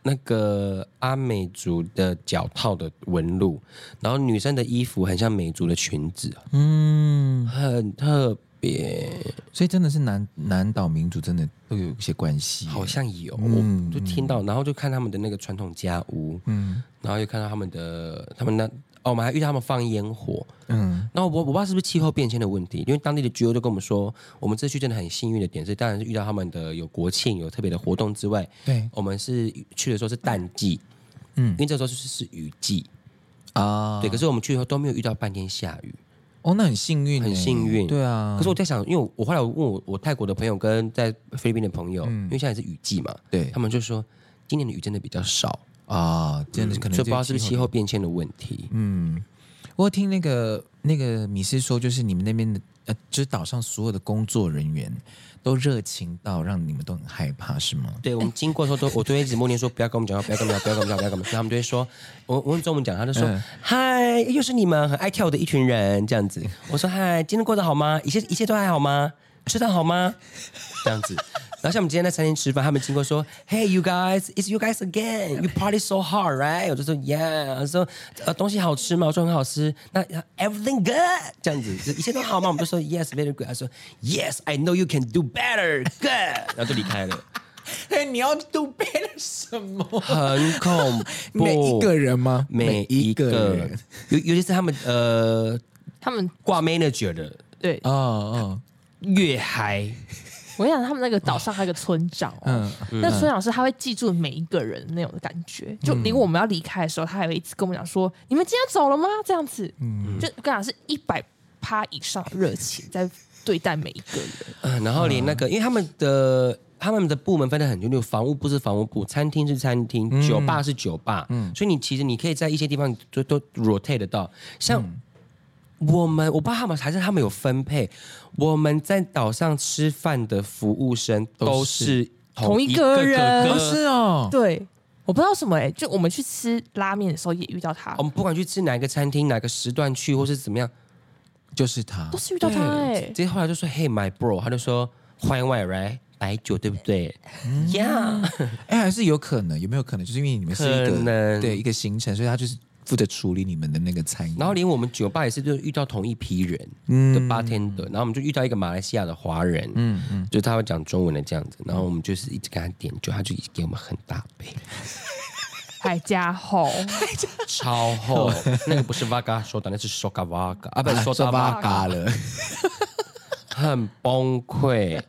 B: 那个阿美族的脚套的纹路，然后女生的衣服很像美族的裙子，
A: 嗯，
B: 很特别，
A: 所以真的是南南岛民族真的都有一些关系，
B: 好像有，
A: 嗯
B: 我就听到，然后就看他们的那个传统家屋，
A: 嗯
B: 然后又看到他们的他们那哦，我们还遇到他们放烟火，
A: 嗯
B: 那我我不知道是不是气候变迁的问题，因为当地的居友都跟我们说，我们这去真的很幸运的点是，当然是遇到他们的有国庆有特别的活动之外，
A: 对
B: 我们是去的时候是淡季，
A: 嗯
B: 因为这时候是是是雨季，
A: 啊，
B: 对。可是我们去以后都没有遇到半天下雨，
A: 哦，那很幸运欸，
B: 很幸运
A: 对啊。
B: 可是我在想，因为我我后来我问我我泰国的朋友跟在菲律宾的朋友，因为现在是雨季嘛，
A: 嗯对
B: 他们就说今年的雨真的比较少，
A: 啊，真的可能
B: 所以不知道是不是气
A: 候。
B: 候变迁的问题。
A: 嗯，我有听那个那个米斯说，就是你们那边的呃，就是岛上所有的工作人员都热情到让你们都很害怕，是吗？
B: 对我们经过的时候都，我都会一直默念说不要跟我们讲话，不要跟我们讲话，不要跟我们讲话，不要跟我们讲话。他们就会说，我我问中文讲，他就说
A: 嗯
B: 嗨，又是你们很爱跳舞的一群人这样子。我说嗨，今天过得好吗？一切一切都还好吗？吃的好吗？这样子。 然后像我们今天在餐厅吃饭，他们经过说，Hey you guys, it's you guys again. You party so hard, right? 我就说 Yeah。我说呃东西好吃吗？我说很好吃。那 Everything good 这样子，就一切都好吗？我们就说 Yes, very good。他说 Yes, I know you can do better, good。然后就离开了。
A: 哎，你要杜背了什么？
B: 很恐怖。
A: 每一个人吗？
B: 每一个
A: 每
B: 人，尤尤其是他们呃
C: 他们
B: 挂 manager 的
C: 对
A: 哦哦，
B: 越嗨，
C: 我想他们那个岛上还有个村长
A: 嗯
C: 哦，
B: 嗯
C: 那村长是他会记住每一个人那种的感觉，就连我们要离开的时候，他还会一直跟我们讲说：“你们今天要走了吗？”这样子，
B: 嗯
C: 就我跟你讲是一百趴以上热情在对待每一个人，
B: 呃然后连那个，因为他们的。他们的部门分得很清楚，房屋部是房屋部，餐厅是餐厅，酒吧是酒吧，所以你其实你可以在一些地方都都 rotate 得到。像我们，我不知道他们还是他们有分配，我们在岛上吃饭的服务生都是
C: 同一个
B: 个
C: 人
B: 哥
A: 哦是哦，
C: 对。我不知道什么哎、就我们去吃拉面的时候也遇到他
B: 我，们不管去吃哪个餐厅、哪个时段去，或是怎么样，
A: 就是他
C: 都，是遇到他哎、
B: 这后来就说 “Hey my bro”，他就说欢迎外来白酒，对不对？Yeah，
A: 哎，还是有可能，有没有可能？就是因为你们是一
B: 可
A: 个
B: 能
A: 对一个行程，所以他就是负责处理你们的那个餐饮。
B: 然后连我们酒吧也是，就遇到同一批人的 bartender，、然后我们就遇到一个马来西亚的华人，嗯嗯，就他会讲中文的这样子，然后我们就是一直跟他点酒，他就一直给我们很大杯，
C: 海家 吼，
B: 超厚， 那个不是 Vaga 说的，那是 Soga 啊 Vaga，啊
A: 啊
B: 不是 Soda
A: 巴
B: Vaga，
A: 嘎了，
B: 很崩溃。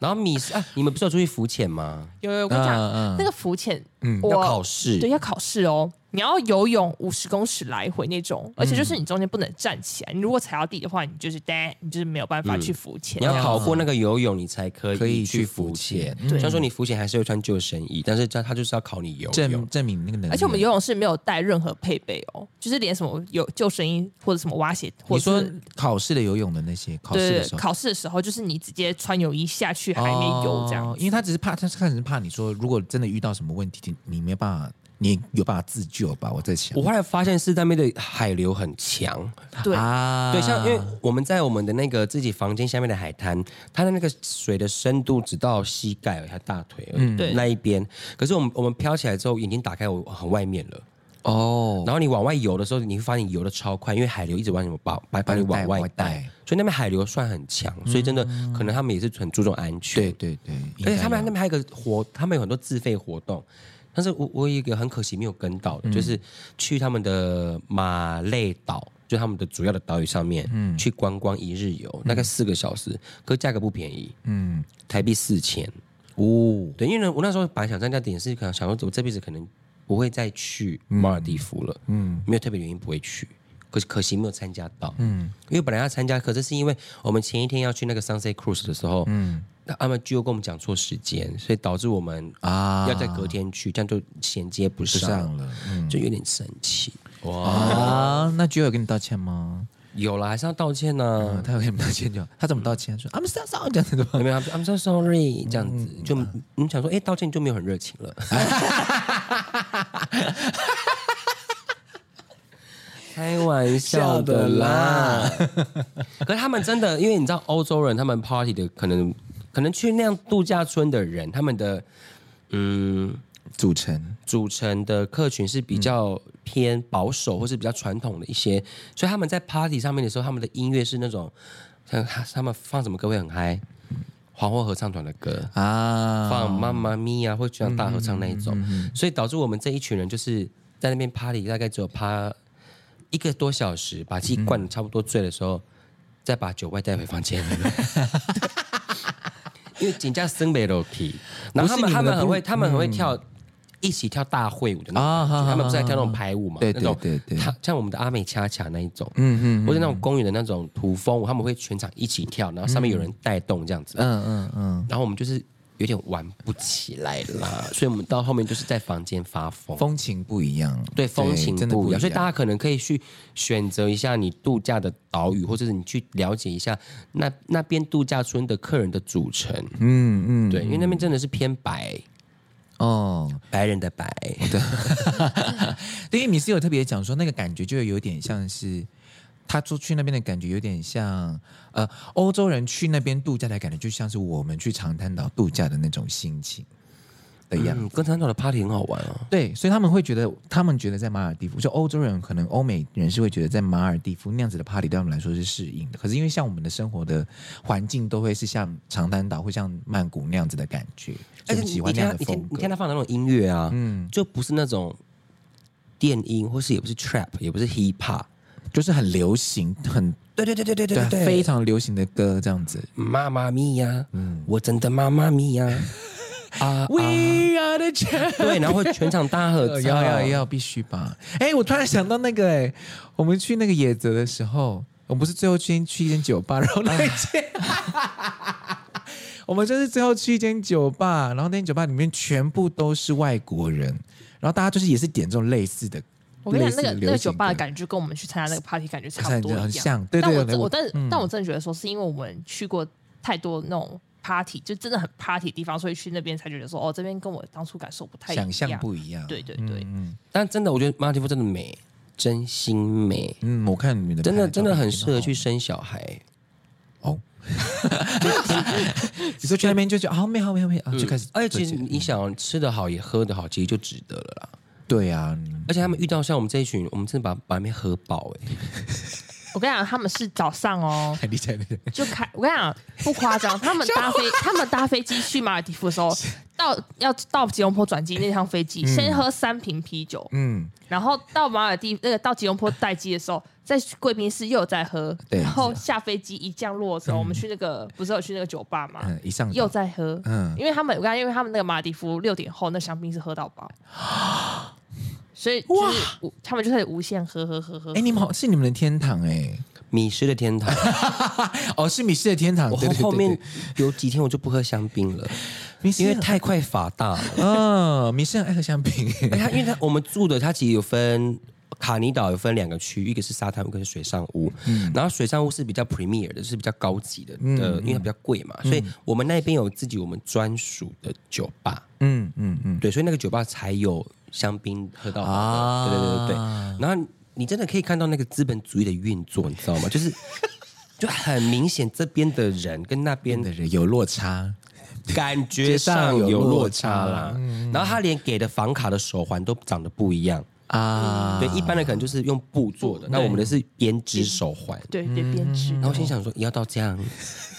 B: 然后米斯啊，你们不是有出去浮潜吗？
C: 有有，我跟你讲，
A: 嗯嗯
C: 那个浮潜，
A: 嗯
C: 我
B: 要考试
C: 对，要考试哦。你要游泳五十公尺来回那种，而且就是
B: 嗯
C: 你中间不能站起来，你如果踩到地的话，你就是呆，你就是没有办法去浮潜。
B: 嗯你要考过那个游泳，你才可
A: 可以
B: 以
A: 去
B: 去
A: 浮
B: 浮
A: 潜
B: 潜。虽然说你浮潜还是会穿救生衣，但是他他就是要考你游泳
A: 证。证明那个能力。
C: 而且我们游泳是没有带任何配备哦，就是连什么有救生衣或者什么蛙鞋，或
A: 你
C: 者
A: 说
C: 是
A: 考试的游泳的那些考试
C: 对
A: 的时候，
C: 考试的时候，就是你直接穿泳衣下去海里面游这样
A: 哦
C: 子。
A: 因为他只是怕，他他可能是怕你说，如果真的遇到什么问题，你没有办法，你有办法自救吧？我在想
B: 我，后来发现是那边的海流很强，
C: 对，
A: 啊
B: 对，像因为我们在我们的那个自己房间下面的海滩，它的那个水的深度只到膝盖还有大腿，嗯，
C: 对
B: 那一边。可是我们我们飘起来之后，眼睛打开，我很外面了。
A: 哦，
B: 然后你往外游的时候，你会发现你游的超快，因为海流一直往你把把把你往外
A: 嗯
B: 带，所以那边海流算很强，所以真的可能他们也是很注重安全。
A: 对对对，应
B: 而
A: 该
B: 且他们那
A: 有
B: 边还有一个活，他们有很多自费活动，但是我我有一个很可惜没有跟到
A: 嗯
B: 的，就是去他们的马累岛，就他们的主要的岛屿上面，
A: 嗯
B: 去观光一日游，大概四个小时，可是价格不便宜，
A: 嗯
B: 台币四千。
A: 哦，
B: 对，因为呢，我那时候本来想参加点是可能想说，我这辈子可能不会再去马尔地夫了，
A: 嗯
B: 没有特别原因不会去，可是可惜没有参加到，
A: 嗯
B: 因为本来要参加，可是是因为我们前一天要去那个 Sunset Cruise 的时候，
A: 嗯
B: 那他们就跟我们讲错时间，所以导致我们
A: 啊，
B: 要在隔天去，这样就衔接不
A: 不
B: 上，
A: 上了，嗯
B: 就有点生气。哇，
A: 啊，那菊儿有跟你道歉吗？
B: 有了，还是要道歉啊呢、
A: 嗯，他有跟你道歉就，他怎么道
B: 嗯
A: 歉？说 I'm so sorry 这样子的吗
B: 有没有？I'm so sorry，这样子就你想说，哎、道歉就没有很热情了。开玩笑的啦， 可是他们真的，因为你知道欧洲人，他们 party 的可能可能去那样度假村的人，他们的嗯
A: 组成
B: 组成的客群是比较偏保守或是比较传统的一些，所以他们在 party 上面的时候，他们的音乐是那种像他们放什么歌会很嗨，皇后合唱团的歌，
A: 啊，
B: 放妈妈咪呀，会像大合唱那一
A: 嗯
B: 种，所以导致我们这一群人就是在那边 party，大概只有趴一个多小时，把自己灌的差不多醉的时候，再把酒外带回房间。
A: 嗯
B: 因为人家森北楼梯，然后他
A: 不
B: 们
A: 是你
B: 他
A: 们的
B: 们很
A: 不嗯
B: 会，他们很会跳，一起跳大会舞的那
A: 啊
B: 种，就他们不是在跳那
A: 啊
B: 种排舞嘛，
A: 对
B: 那种
A: 对对对
B: 他像我们的阿美恰恰那一种，
A: 嗯嗯
B: 或者那种公园的那种土风舞，他们会全场一起跳，然后上面有人带动这样子，
A: 嗯嗯嗯，
B: 然后我们就是有点玩不起来啦， 所以我们到后面就是在房间发疯。
A: 风情不一样，
B: 对，风情
A: 真的
B: 不一样，所以大
A: 家
B: 家可能可以去选择一下你度假的岛屿，或者是你去了解一下那那边度假村的客人的组成。
A: 嗯嗯
B: 对，因为那边真的是偏白，
A: 哦，
B: 白人的白。
A: 对，因为米斯有特别讲说，那个感觉就有点像是他出去那边的感觉，有点像呃，欧洲人去那边度假的感觉，就像是我们去长滩岛度假的那种心情的样子。
B: 嗯，跟长岛的 party 很好玩哦。
A: 对，所以他们会觉得，他们觉得在马尔地夫，就欧洲人可能欧美人是会觉得在马尔地夫那样子的 party 对他们来说是适应的。可是因为像我们的生活的环境都会是像长滩岛或像曼谷那样子的感觉，
B: 而且
A: 就喜
B: 哎你
A: 欢
B: 你听
A: 那
B: 他
A: 样的
B: 你
A: 风
B: 听你
A: 格
B: 听。他放的那种音乐啊，
A: 嗯，
B: 就不是那种电音，或是也不是 trap，也不是 hip hop。
A: 就是很流行，很
B: 对对对对对对
A: 对
B: 对，啊
A: 非常流行的歌这样 子。
B: 妈妈咪呀，
A: 嗯
B: 我真的妈妈 咪呀，啊
A: We are the c h a
B: 对，然后会全场大合
A: 呃
B: 唱，
A: 要要要，必须吧！哎，我突然想到那个，哎，我们去那个野泽的时候，我们不是最后去去一间酒吧，然后那一间， 我们就是最后去一间酒吧，然后那间酒吧里面全部都是外国人，然后大家就是也是点这种类似的，
C: 我跟你
A: 类
C: 讲，那
A: 似
C: 个
A: 的
C: 那
A: 流
C: 个
A: 行
C: 酒吧的感觉跟我们去参加那个 party 感觉差不多一样，
A: 很像对
C: 但
A: 对
C: 我
A: 对
C: 真
A: 我
C: 我但、
A: 嗯
C: 但我真的觉得说，是因为我们去过太多那种 party，就真的很 party 的地方，所以去那边才觉得说，哦，这边跟我当初感受不太一样。
A: 想象不一样，
C: 对对对
A: 嗯
B: 但真的，我觉得马尔蒂夫真的美，真心美，
A: 嗯，嗯我看你们的
B: 真的
A: 拍照
B: 真的很
A: 片
B: 适合
A: 哦
B: 去生小孩。
A: 哦。你说去那边就觉得啊，好美好美好美啊，就开始做这个，
B: 而且其实哦你想吃得好也喝得好，其实就值得了啦。
A: 对啊， 嗯
B: 而且他们遇到像我们这一群，我们真的把把那边喝饱 哎、
C: 我跟你讲，他们是早上哦，
A: 很厉害的人。
C: 就开，我跟你讲不夸张，他们搭飞，他们搭飞机去马尔蒂夫的时候，到要到吉隆坡转机那趟飞机，先喝三瓶啤酒，
A: 嗯，
C: 然后到马尔蒂那个到吉隆坡待机的时候，在贵宾室又有在喝，
A: 对啊
C: 然后下飞机一降落的时候，我们去那个不是有去那个酒吧嘛，
A: 嗯，一上岛
C: 又在喝，
A: 嗯
C: 因为他们我刚才因为他们那个马迪夫六点后那香槟是喝到 饱，所以就是无他们就开始无限喝喝喝喝，
A: 哎、你们好是你们的天堂哎、
B: 米食的天堂。
A: 哦是米氏的天堂，
B: 我
A: 对对啊对
B: 后面
A: 对
B: 有几天我就不喝香槟 了，
A: 米氏
B: 因为太快发大了。
A: 嗯，米氏很爱喝香槟、
B: 哎它因为它我们住的它其实有分。卡尼岛有分两个区，一个是沙滩屋，一个是水上屋。然后水上屋是比较 premier 的，是比较高级的，呃，因为它比较贵嘛，所以我们那边有自己我们专属的酒吧。
A: 嗯嗯嗯，
B: 对，所以那个酒吧才有香槟喝到饱的
A: 啊
B: 对对对对对。然后你真的可以看到那个资本主义的运作，你知道吗？就是就很明显，这边的人跟那边
A: 的人有落差，
B: 感觉上有落差啦。嗯然后他连给的房卡的手环都长得不一样。
A: 啊，
B: 嗯对，一般的可能就是用布做的，那我们的是编织手环。
C: 对对
A: 嗯
C: 编织，
B: 然后我心想说，要到这样，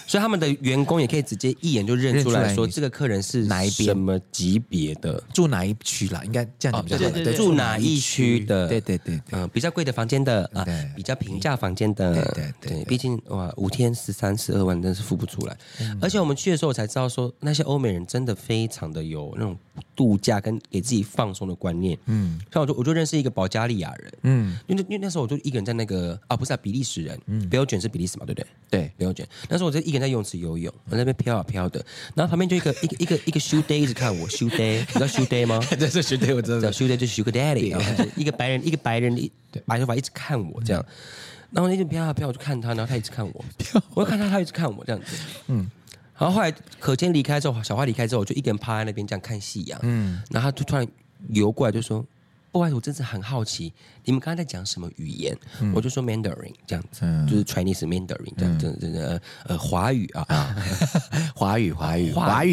B: 所以他们的员工也可以直接一眼就认出
A: 认出来
B: 来说，
A: 你
B: 这个客人是
A: 哪一边
B: 什么级别的。
A: 住哪一区啦？应该这样讲
B: 哦
A: 比较好
C: 对对对
B: 住哪一区的
A: 对对对对，
B: 嗯、比较贵的房间的啊、
A: 对
B: 比较平价房间的，
A: 对对对对
B: 毕竟哇，五天十三十二万真是付不出来。
A: 嗯
B: 而且我们去的时候，我才知道说那些欧美人真的非常的有那种度假跟给自己放松的观念。嗯，像我就我就认识一个保加利亚人，
A: 嗯
B: 因为那因为那时候我就一个人在那个啊不是啊比利时人，嗯，北欧卷是比利时嘛，对不对？
A: 对，
B: 没有卷。那时候我就一个人在游泳池游泳，我在那边飘啊飘的，然后旁边就一个一个一个一个 shoe day 一直看我 shoe day，你知道 shoe day 吗？
A: 这是绝 对我真
B: 叫 Sugar 就是 Sugar Daddy，然后他就一个白人，一个白人一白头发一直看我这样，
A: 嗯
B: 然后我就飘啊飘，我就看他，然后他一直看我，我就看他，他一直看我这样子，嗯。然后后来可谦离开之后，小花离开之后，我就一个人趴在那边这样看夕阳，嗯。然后他就突然游过来就说：“不好意思，我真是很好奇，你们刚刚在讲什么语言？”
A: 嗯
B: 我就说 Mandarin 这样子，就是 Chinese Mandarin 这样
A: 嗯
B: 子，这这呃呃华语啊，
A: 华语华语
B: 华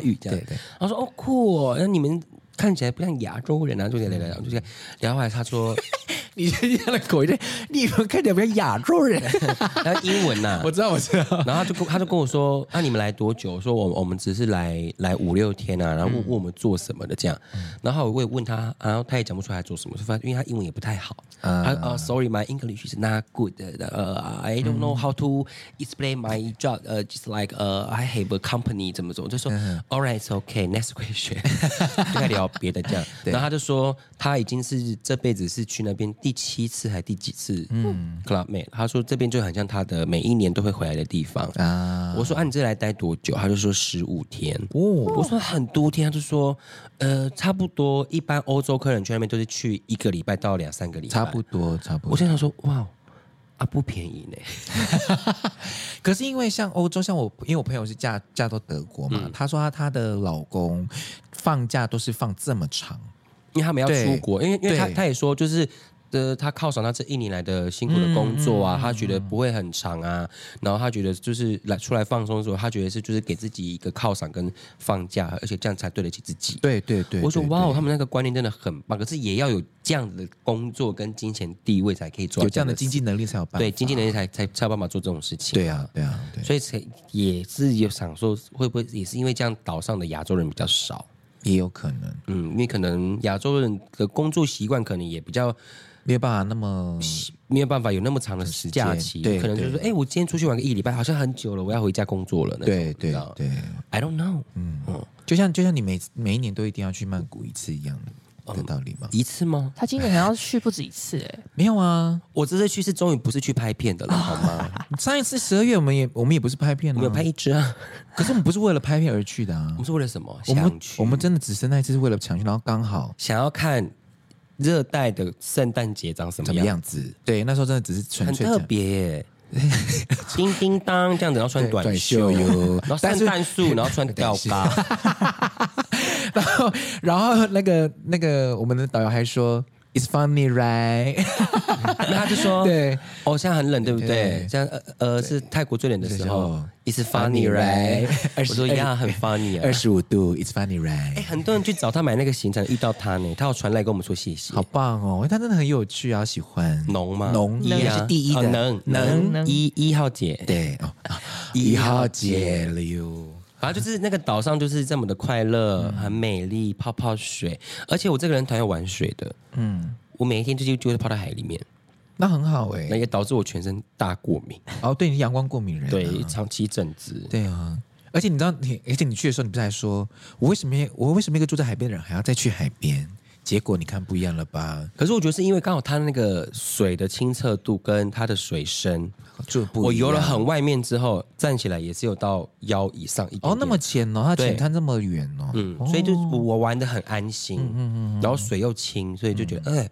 B: 语这样。
A: 对对，
B: 然后说哦酷哦，那你们看起来不像亚洲人啊，就聊聊聊聊，就这样聊后来他说，
A: 你这样的口音，你们看起来比较亚洲人，
B: 然后英文呐、
A: 我知道我知道，
B: 然后他就跟他就跟我说，那、你们来多久？我说我我们只是来来五六天啊，然后问问我们做什么的这样。然后我也问他，然后他也讲不出来做什么，就发现因为他英文也不太好。他啊、s o r r y my English is not good. 呃、i don't know how to explain my job. 呃、just like 呃、I have a company 怎么怎么，就说、all
A: 嗯
B: right, it's okay. Next question，就在聊别的这样。然后他就说他已经是这辈子是去那边第七次还第几次，嗯，club mate。他说这边就很像他的每一年都会回来的地方啊。我说啊，你这来待多久？他就说十五天。
A: 哦
B: 我说很多天，他就说呃，差不多一般欧洲客人去那边都是去一个礼拜到两三个礼拜，
A: 差不多差不
B: 我
A: 多。
B: 心想说，哇，啊不便宜呢，
A: 可是因为像欧洲，像我，因为我朋友是嫁嫁到德国
B: 嗯
A: 嘛，她说她她的老公放假都是放这么长，
B: 因为他们要
A: 对
B: 出国，因为因为他
A: 对
B: 他也说就是。呃，他犒赏他这一年来的辛苦的工作
A: 嗯
B: 啊，他觉得不会很长啊，然后他觉得就是来出来放松的时候，他觉得是就是给自己一个犒赏跟放假，而且这样才对得起自己。
A: 对对对，
B: 我说
A: 对
B: 哇哦，
A: 对
B: 他们那个观念真的很棒，可是也要有这样子的工作跟金钱地位才可以做到
A: 有这样的
B: 事
A: 经济能力才有办法，
B: 对经济能力才才才有办法做这种事情。
A: 对啊对啊对，
B: 所以才也是有想说，会不会也是因为这样岛上的亚洲人比较少？
A: 也有可能
B: 嗯，因为可能亚洲人的工作习惯可能也比较
A: 没有办法那么
B: 没有办法有那么长的
A: 时间
B: 假期，
A: 对
B: 可能就是说，哎、
A: 对
B: 我今天出去玩个一个礼拜，好像很久了，我要回家工作了。那种
A: 对对
B: 你知道
A: 对，嗯
B: ，I don't know，嗯
A: 就像就像你每每一年都一定要去曼谷一次一样
B: 嗯
A: 的道理吗？
B: 一次吗？
C: 他今年好像去不止一次哎、
A: 没有啊，
B: 我这次去是终于不是去拍片 的了，好吗？
A: 上一次十二月我们也我们也不是拍片
B: 我
A: 啊，
B: 们有拍一支啊，
A: 可是我们不是为了拍片而去的啊
B: 我们，是为了什么？
A: 我们
B: 想去，
A: 我们真的只是那一次是为了抢去，然后刚好
B: 想要看热带的圣诞节长什么
A: 怎么
B: 样，
A: 样子？对，那时候真的只是纯
B: 很
A: 粹
B: 特
A: 这样
B: 别耶。叮叮当这样子，然后穿
A: 对
B: 短
A: 短
B: 袖，
A: 袖哟
B: 然后
A: 但
B: 散
A: 是
B: 蛋素，然后穿 吊嘎。
A: 然后， 然后那个那个我们的导游还说，It's funny, right？
B: 那他就 说，
A: 对，
B: 哦，现在很冷，对不对
A: 对？
B: 像呃呃，是泰国最冷的时候，It's funny
A: funny,
B: right？
A: right？
B: 我说
A: 二十
B: 呀，很 funny
A: 二
B: 啊。
A: 十五度，It's funny,
B: 哎，
A: right？
B: 很多人去找他买那个行程，遇到他呢，他有传来跟我们说谢谢
A: 好。棒哦，他真的很有趣啊，喜欢
B: 能吗？
A: 浓一
B: 能
A: 啊是第一
B: 哦
A: 的，
B: 能
C: 能
B: 能
C: 能
B: 一一号姐，
A: 对哦，啊
B: 一
A: 一
B: 号
A: 号
B: 姐
A: 姐了哟。
B: 反正就是那个岛上就是这么的快乐，很美丽，泡泡水。而且我这个人讨厌玩水的，嗯，我每一天就就就会泡到海里面。
A: 那很好哎、
B: 那也导致我全身大过敏，
A: 哦，对你是阳光过敏人、啊，
B: 对，长期疹子，
A: 对啊，而且你知道你，而且你去的时候，你不是还说，我为什么我为什么一个住在海边的人还要再去海边？结果你看不一样了吧？
B: 可是我觉得是因为刚好它那个水的清澈度跟它的水深，
A: 住不
B: 我
A: 一
B: 游了
A: 样
B: 很外面之后，站起来也是有到腰以上一点点
A: 哦，那么浅哦，它
B: 对
A: 浅滩这么远哦， 嗯
B: 嗯，所以就是我玩的很安心，然后水又清，所以就觉得哎、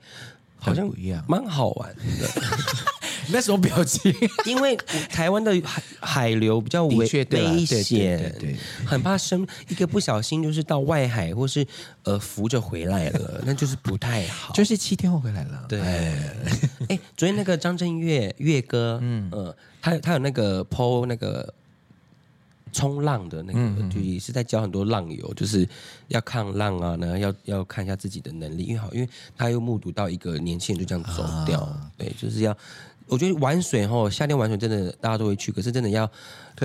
B: 好像
A: 很不一样
B: 蛮好玩的。
A: 那什么表情？
B: 因为台湾的海海流比较危
A: 的确对啦
B: 危
A: 对对对
B: 险
A: 对对，
B: 很怕生一个不小心就是到外海或是呃浮着回来了，那就是不太好。
A: 就是七天后回来了，
B: 对，哎，昨天那个张震岳岳哥，嗯呃，他他有那个 PO 那个冲浪的那
A: 嗯
B: 个，就也是在教很多浪友，就是要抗浪啊，然后要要看一下自己的能力，因为好，因为他又目睹到一个年轻人就这样走掉，
A: 啊
B: 对，就是要。我觉得玩水吼，夏天玩水真的大家都会去，可是真的要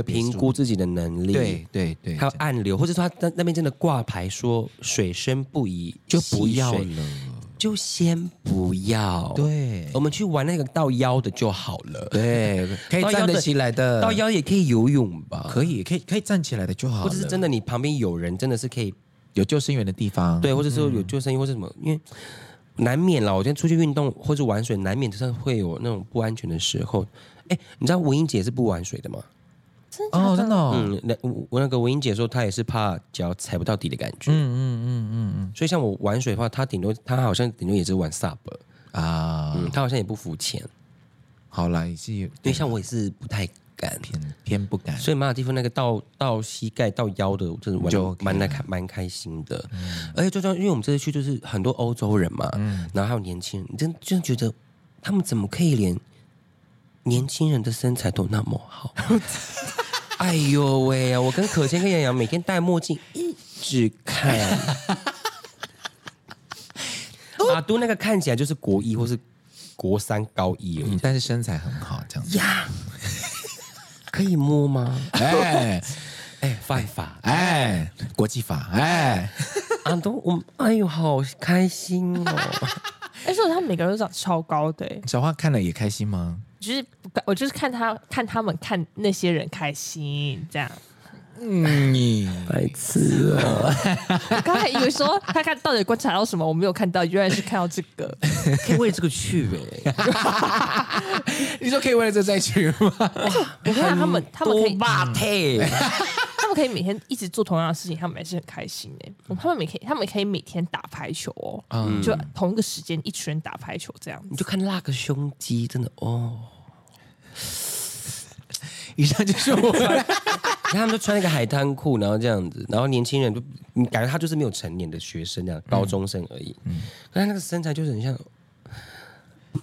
B: 评估自己的能力，
A: 对对对，
B: 还有暗流，或者说他那那边真的挂牌说水深不宜
A: 就不要
B: 戏水
A: 了，
B: 就先不要。，
A: 对
B: 我们去玩那个到腰的就好了，
A: 对，可以
B: 到腰
A: 站
B: 的
A: 得起来的，
B: 到腰也可以游泳吧？
A: 可以可以可以站起来的就好
B: 或
A: 了，
B: 者是真的你旁边有人，真的是可以
A: 有救生员的地方，
B: 对，或者说有救生衣或者什么，因为。难免啦，我今天出去运动或者玩水，难免就是会有那种不安全的时候。哎，你知道文英姐是不玩水的吗？
C: 真的假
A: 哦，
C: 的
A: 真的哦，嗯
B: 嗯，那我我那个文英姐说她也是怕脚踩不到底的感觉，
A: 嗯嗯嗯
B: 所以像我玩水的话，她顶多她好像顶多也是玩 sub，
A: 嗯啊，
B: 嗯，她好像也不浮潜，因
A: 好啦，也是有
B: 为像我也是不太敢，
A: 偏偏不敢，
B: 所以马尔蒂夫那个到到膝盖到腰的，我真的玩
A: 就
B: 得
A: OK 嗯
B: 蛮开蛮开心的。而且最重要，因为我们这次去就是很多欧洲人嘛，然后还有年轻人，你真真的觉得他们怎么可以连年轻人的身材都那么 好？哎呦喂呀！我跟可谦跟杨洋每天戴墨镜一直看， 阿都那个看起来就是国一或是国三高一而已
A: 嗯，但是身材很好，这样子，
B: 呀，可以摸吗？
A: 哎
B: 哎，犯法
A: 哎，国际法，哎，
B: 啊，都我们哎呦，好开心 哦！
C: 而且哎他们每个人都长超高的、欸，
A: 小花看了也开心吗？
C: 就是不敢我就是看他看他们看那些人开心这样。
A: 嗯，你
B: 白痴哦，
C: 我刚才以为说 他看到底观察到什么，我没有看到，原来是看到这 个。
B: 可以为这个去呗？
A: 你说可以为了这再去吗？
C: 我看到他们 他们可以嗯
B: 霸退，
C: 他们可以每天一直做同样的事情，他们还是很开心哎、他们每天他们可以每天打排球哦，
A: 嗯
C: 就同一个时间一群人打排球这样
B: 你
C: 子。
B: 就看那个胸肌，真的哦。
A: 以上就是我们，
B: 你看他们就穿那个海滩裤，然后这样子，然后年轻人就你感觉他就是没有成年的学生那样，高中生而已。可是他那个身材就是很像，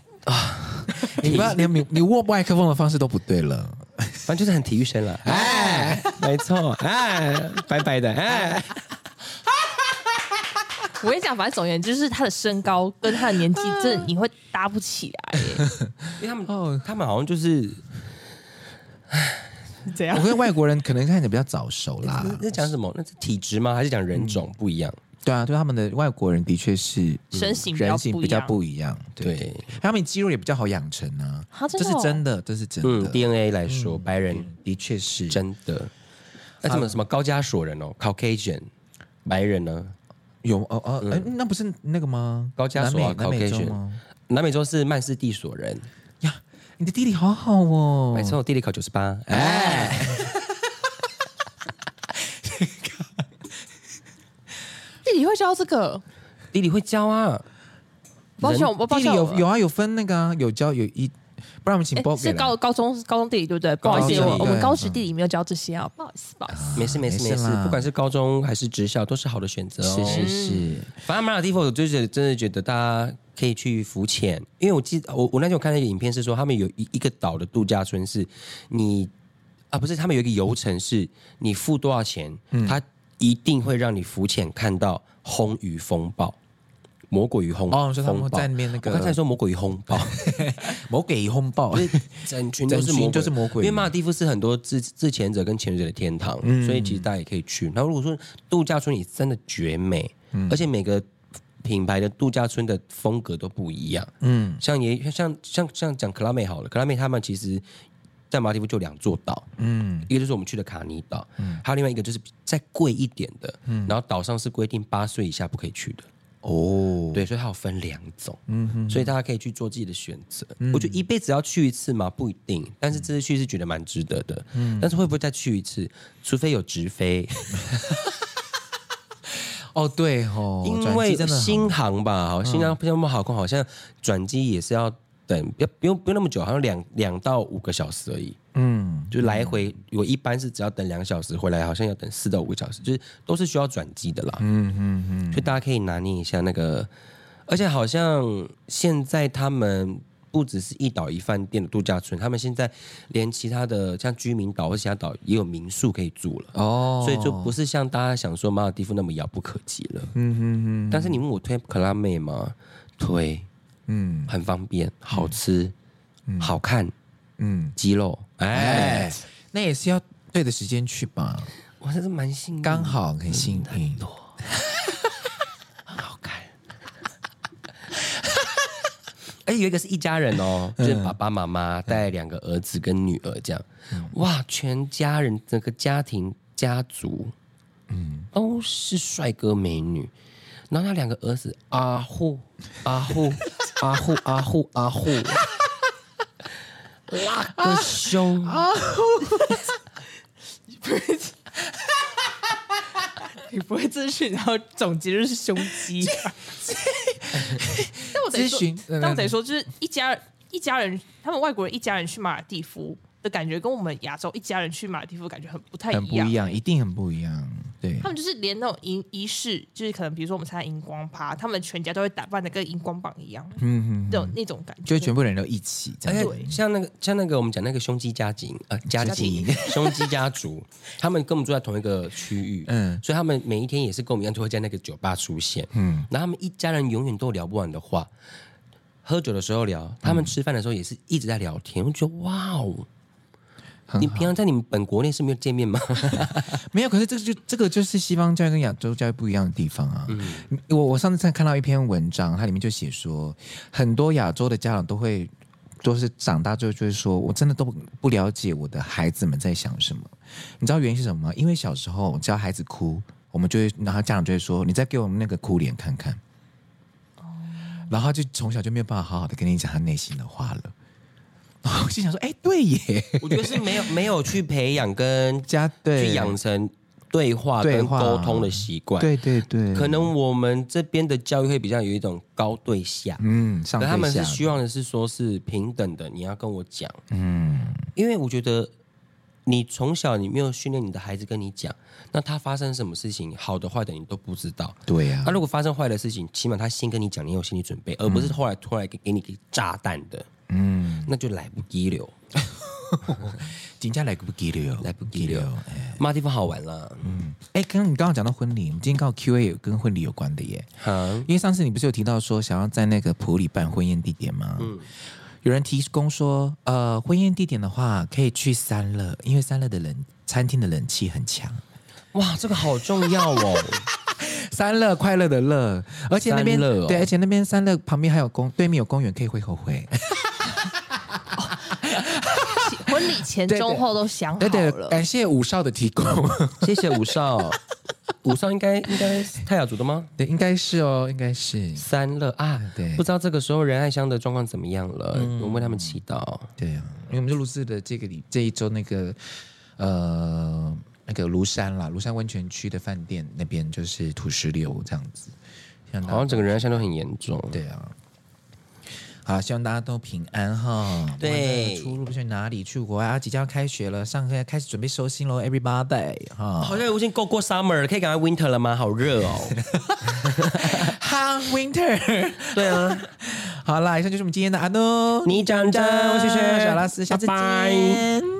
A: 你不要，你你你握麦克风的方式都不对了。
B: 反正就是很体育生 了。哎，没错，哎，白白的，哎，
C: 我跟你讲，反正总而言之，就是他的身高 跟他的年纪，真的你会搭不起来、欸，
B: 因为他们他们好像就是
C: 怎
A: 我
C: 样？
A: 跟外国人可能看起来比较早熟啦，
B: 那讲什么？那是体质吗？还是讲人种不一样？
A: 对啊，对他们的外国人的确是
C: 身形比较
A: 人形
C: 不一
A: 比较
C: 样
A: 不一样，对，
B: 对
A: 他们肌肉也比较好养成啊
C: 啊，真
A: 这
C: 的
A: 是
C: 哦
A: 真的，这是真
B: 嗯
A: 的，
B: ，DNA 来说，白人
A: 的确是
B: 真的。那什么什么高加索人哦，Caucasian，白人呢？
A: 有哦哦，哎，那不是那个吗？
B: 高加
A: 南
B: 索
A: 美
B: 啊
A: 南美洲
B: Caucasian
A: 吗？
B: 南美洲是曼氏地索人，
A: 呀，你的地理好好哦，
B: 没错，地理考九十八。哎，
A: 哎，
C: 地理会教这个？
B: 地理会教啊，
C: 抱歉，我抱
A: 地理
C: 歉，
A: 有有啊，有分那个啊，有教有一，不然我们请
C: 哎
A: Bob
C: 是
A: 来
C: 高高中高中地理对不对？不好意
B: 高
C: 思，
B: 中
C: 我我
A: 对
C: 们高职地理没有教这些啊，不好意思，不好意思。
B: 没事没事
A: 没
B: 没
A: 事
B: 事
A: 啦，
B: 不管是高中还是职校，都是好的选择哦。
A: 是是是，
B: 反正马尔地夫，我就是真的觉得大家可以去浮潜，因为我记呃我我那天有看那个影片是说，他们有一一个岛的度假村是你啊不是，他们有一个游程是你付多少钱，
A: 嗯
B: 他一定会让你浮潜看到红鱼风暴。魔鬼鱼轰
A: 哦你说他们
B: 风暴
A: 在那边那个
B: 我刚才说魔鬼鱼轰暴，
A: 魔鬼轰爆，
B: 整群都是
A: 哦整
B: 魔
A: 群
B: 鬼，
A: 就是魔鬼嗯
B: 因为马尔蒂夫是很多自自潜者跟潜水者的天堂，
A: 嗯
B: 所以其实大家也可以去。然后如果说度假村也真的绝美，而且每个品牌的度假村的风格都不一样。
A: 嗯
B: 像也像像像讲克拉妹好了，克拉妹他们其实，在马尔代夫就两座岛，
A: 嗯
B: 一个就是我们去的卡尼岛，还有另外一个就是再贵一点的，
A: 嗯
B: 然后岛上是规定八岁以下不可以去的，
A: 哦，
B: 对，所以它有分两种，
A: 嗯哼，嗯
B: 所以大家可以去做自己的选择。我觉得一辈子要去一次嘛，不一定，但是这次去是觉得蛮值得的，
A: 嗯
B: 但是会不会再去一次？除非有直飞，
A: 哦对吼，
B: 因
A: 转
B: 为
A: 机真的很嗯
B: 新航吧，好，新航那么好空，好像转机也是要等，不要不用不用那么久，好像两两到五个小时而已。
A: 嗯
B: 就来回，我一般是只要等两小时，回来好像要等四到五个小时，就是都是需要转机的啦。
A: 嗯嗯嗯
B: 所以大家可以拿捏一下那个，而且好像现在他们不只是一岛一饭店的度假村，他们现在连其他的像居民岛或其他岛也有民宿可以住了，
A: 哦，
B: 所以就不是像大家想说马尔蒂夫那么遥不可及了。
A: 嗯嗯嗯
B: 但是你问我推克拉妹吗？推，
A: 嗯
B: 很方便，好吃，好看，
A: 嗯，
B: 肌肉，哎
A: 哎，，那也是要对的时间去吧，
B: 我还是蛮幸运的，
A: 刚好很幸
B: 嗯
A: 运。
B: 好看。 而哎且有一个是一家人哦，就是爸爸妈妈带两个儿子跟女儿这样，哇，全家人整个家庭家族，嗯，都是帅哥美女。然后那两个儿子阿护阿护阿护阿护阿护，拉个胸阿护，
C: 你不会自训，然后总结就是胸 肌。但我得
A: 咨询
C: 说，但我得说，就是一家一家人，他们外国人一家人去马尔蒂夫的感觉，跟我们亚洲一家人去马尔蒂夫的感觉很不太
A: 很不一样，一定很不一样。对
C: 他，们就是连那种仪仪式，就是可能比如说我们参加荧光趴，他们全家都会打扮的跟荧光棒一样，
A: 嗯嗯，
C: 那种那种感觉。
A: 就全部人都一起这
C: 哎
B: 而
A: 样。
B: 且像那个像那个我们讲那个胸肌家庭呃家庭 胸肌家族，他们跟我们住在同一个区域，
A: 嗯
B: 所以他们每一天也是跟我们一样，都会在那个酒吧出现。
A: 嗯，
B: 然后他们一家人永远都有聊不完的话，喝酒的时候聊，他们吃饭的时候也是一直在聊天。我觉得哇哦，
A: 很
B: 你平常在你们本国内是没有见面吗？
A: 没有，可是这个就这个就是西方教育跟亚洲教育不一样的地方啊。
B: 嗯
A: 我我上次才看到一篇文章，它里面就写说，很多亚洲的家长都会。都是长大之后就会说，我真的都不了解我的孩子们在想什么。你知道原因是什么吗？因为小时候只要孩子哭，我们就会，然后家长就会说：“你再给我们那个哭脸看看。”
B: 哦
A: 然后他就从小就没有办法好好的跟你讲他内心的话了。然后我心想说：“哎、对耶，
B: 我觉得是没有没有去培养 跟
A: 家对
B: 去养成对话
A: 对
B: 跟
A: 话
B: 沟通的习惯。
A: 对对对，
B: 可能我们这边的教育会比较有一种高对下，
A: 嗯，上
B: 可
A: 对
B: 他们
A: 下
B: 是希望的是说是平等的，你要跟我讲，
A: 嗯
B: 因为我觉得你从小你没有训练你的孩子跟你讲，那他发生什么事情，好的坏的你都不知道。，
A: 对啊呀、
B: 那、如果发生坏的事情，起码他先跟你讲，你有心理准备，而不是后来突然给给你给炸弹的，
A: 嗯，
B: 那就来不及了。
A: 人家来不及了，
B: 来不及了
A: 哎
B: 妈地方好玩了，
A: 哎，刚刚你刚刚讲到婚礼，我们今天刚好 Q A 有跟婚礼有关的耶，
B: 哈，
A: 因为上次你不是有提到说想要在那个普里办婚宴地点吗？嗯，有人提供说，呃，婚宴地点的话可以去三乐，因为三乐的冷餐厅的冷气很强。
B: 哇，这个好重要哦。
A: 三乐快乐的乐，而且那边、
B: 三乐哦
A: 对，而且那边三乐旁边还有公，对面有公园可以会后悔。
C: 婚礼前、
A: 对对
C: 中、后都想好
A: 对对，
C: 了。
A: 感谢五少的提供。
B: 谢谢五少，五少应该应该是泰雅族的吗？
A: 对，应该是哦，应该是
B: 三乐啊，
A: 对嗯
B: 不知道这个时候仁爱乡的状况怎么样了，我们为他们祈祷。
A: 对呀、因为我们就录制的这个礼这一周那个呃那个庐山啦，庐山温泉区的饭店那边就是土石流这样子，像
B: 好像整个人现在都很严重。
A: 对啊。好，希望大家都平安哈。
B: 对
A: 不管你的出入不去哪里，去国外啊，即将要开学了，上课要开始准备收心喽，everybody 哈
B: 好。像我已经够过 summer 了，可以赶快 winter 了吗？好热 哦！
A: 哈 winter，
B: 对 啊，
A: 好啦，以上就是我们今天的阿诺，
B: 你长
A: 张，
B: 张，
A: 我是雪小拉斯，下次
B: 拜拜
A: 见。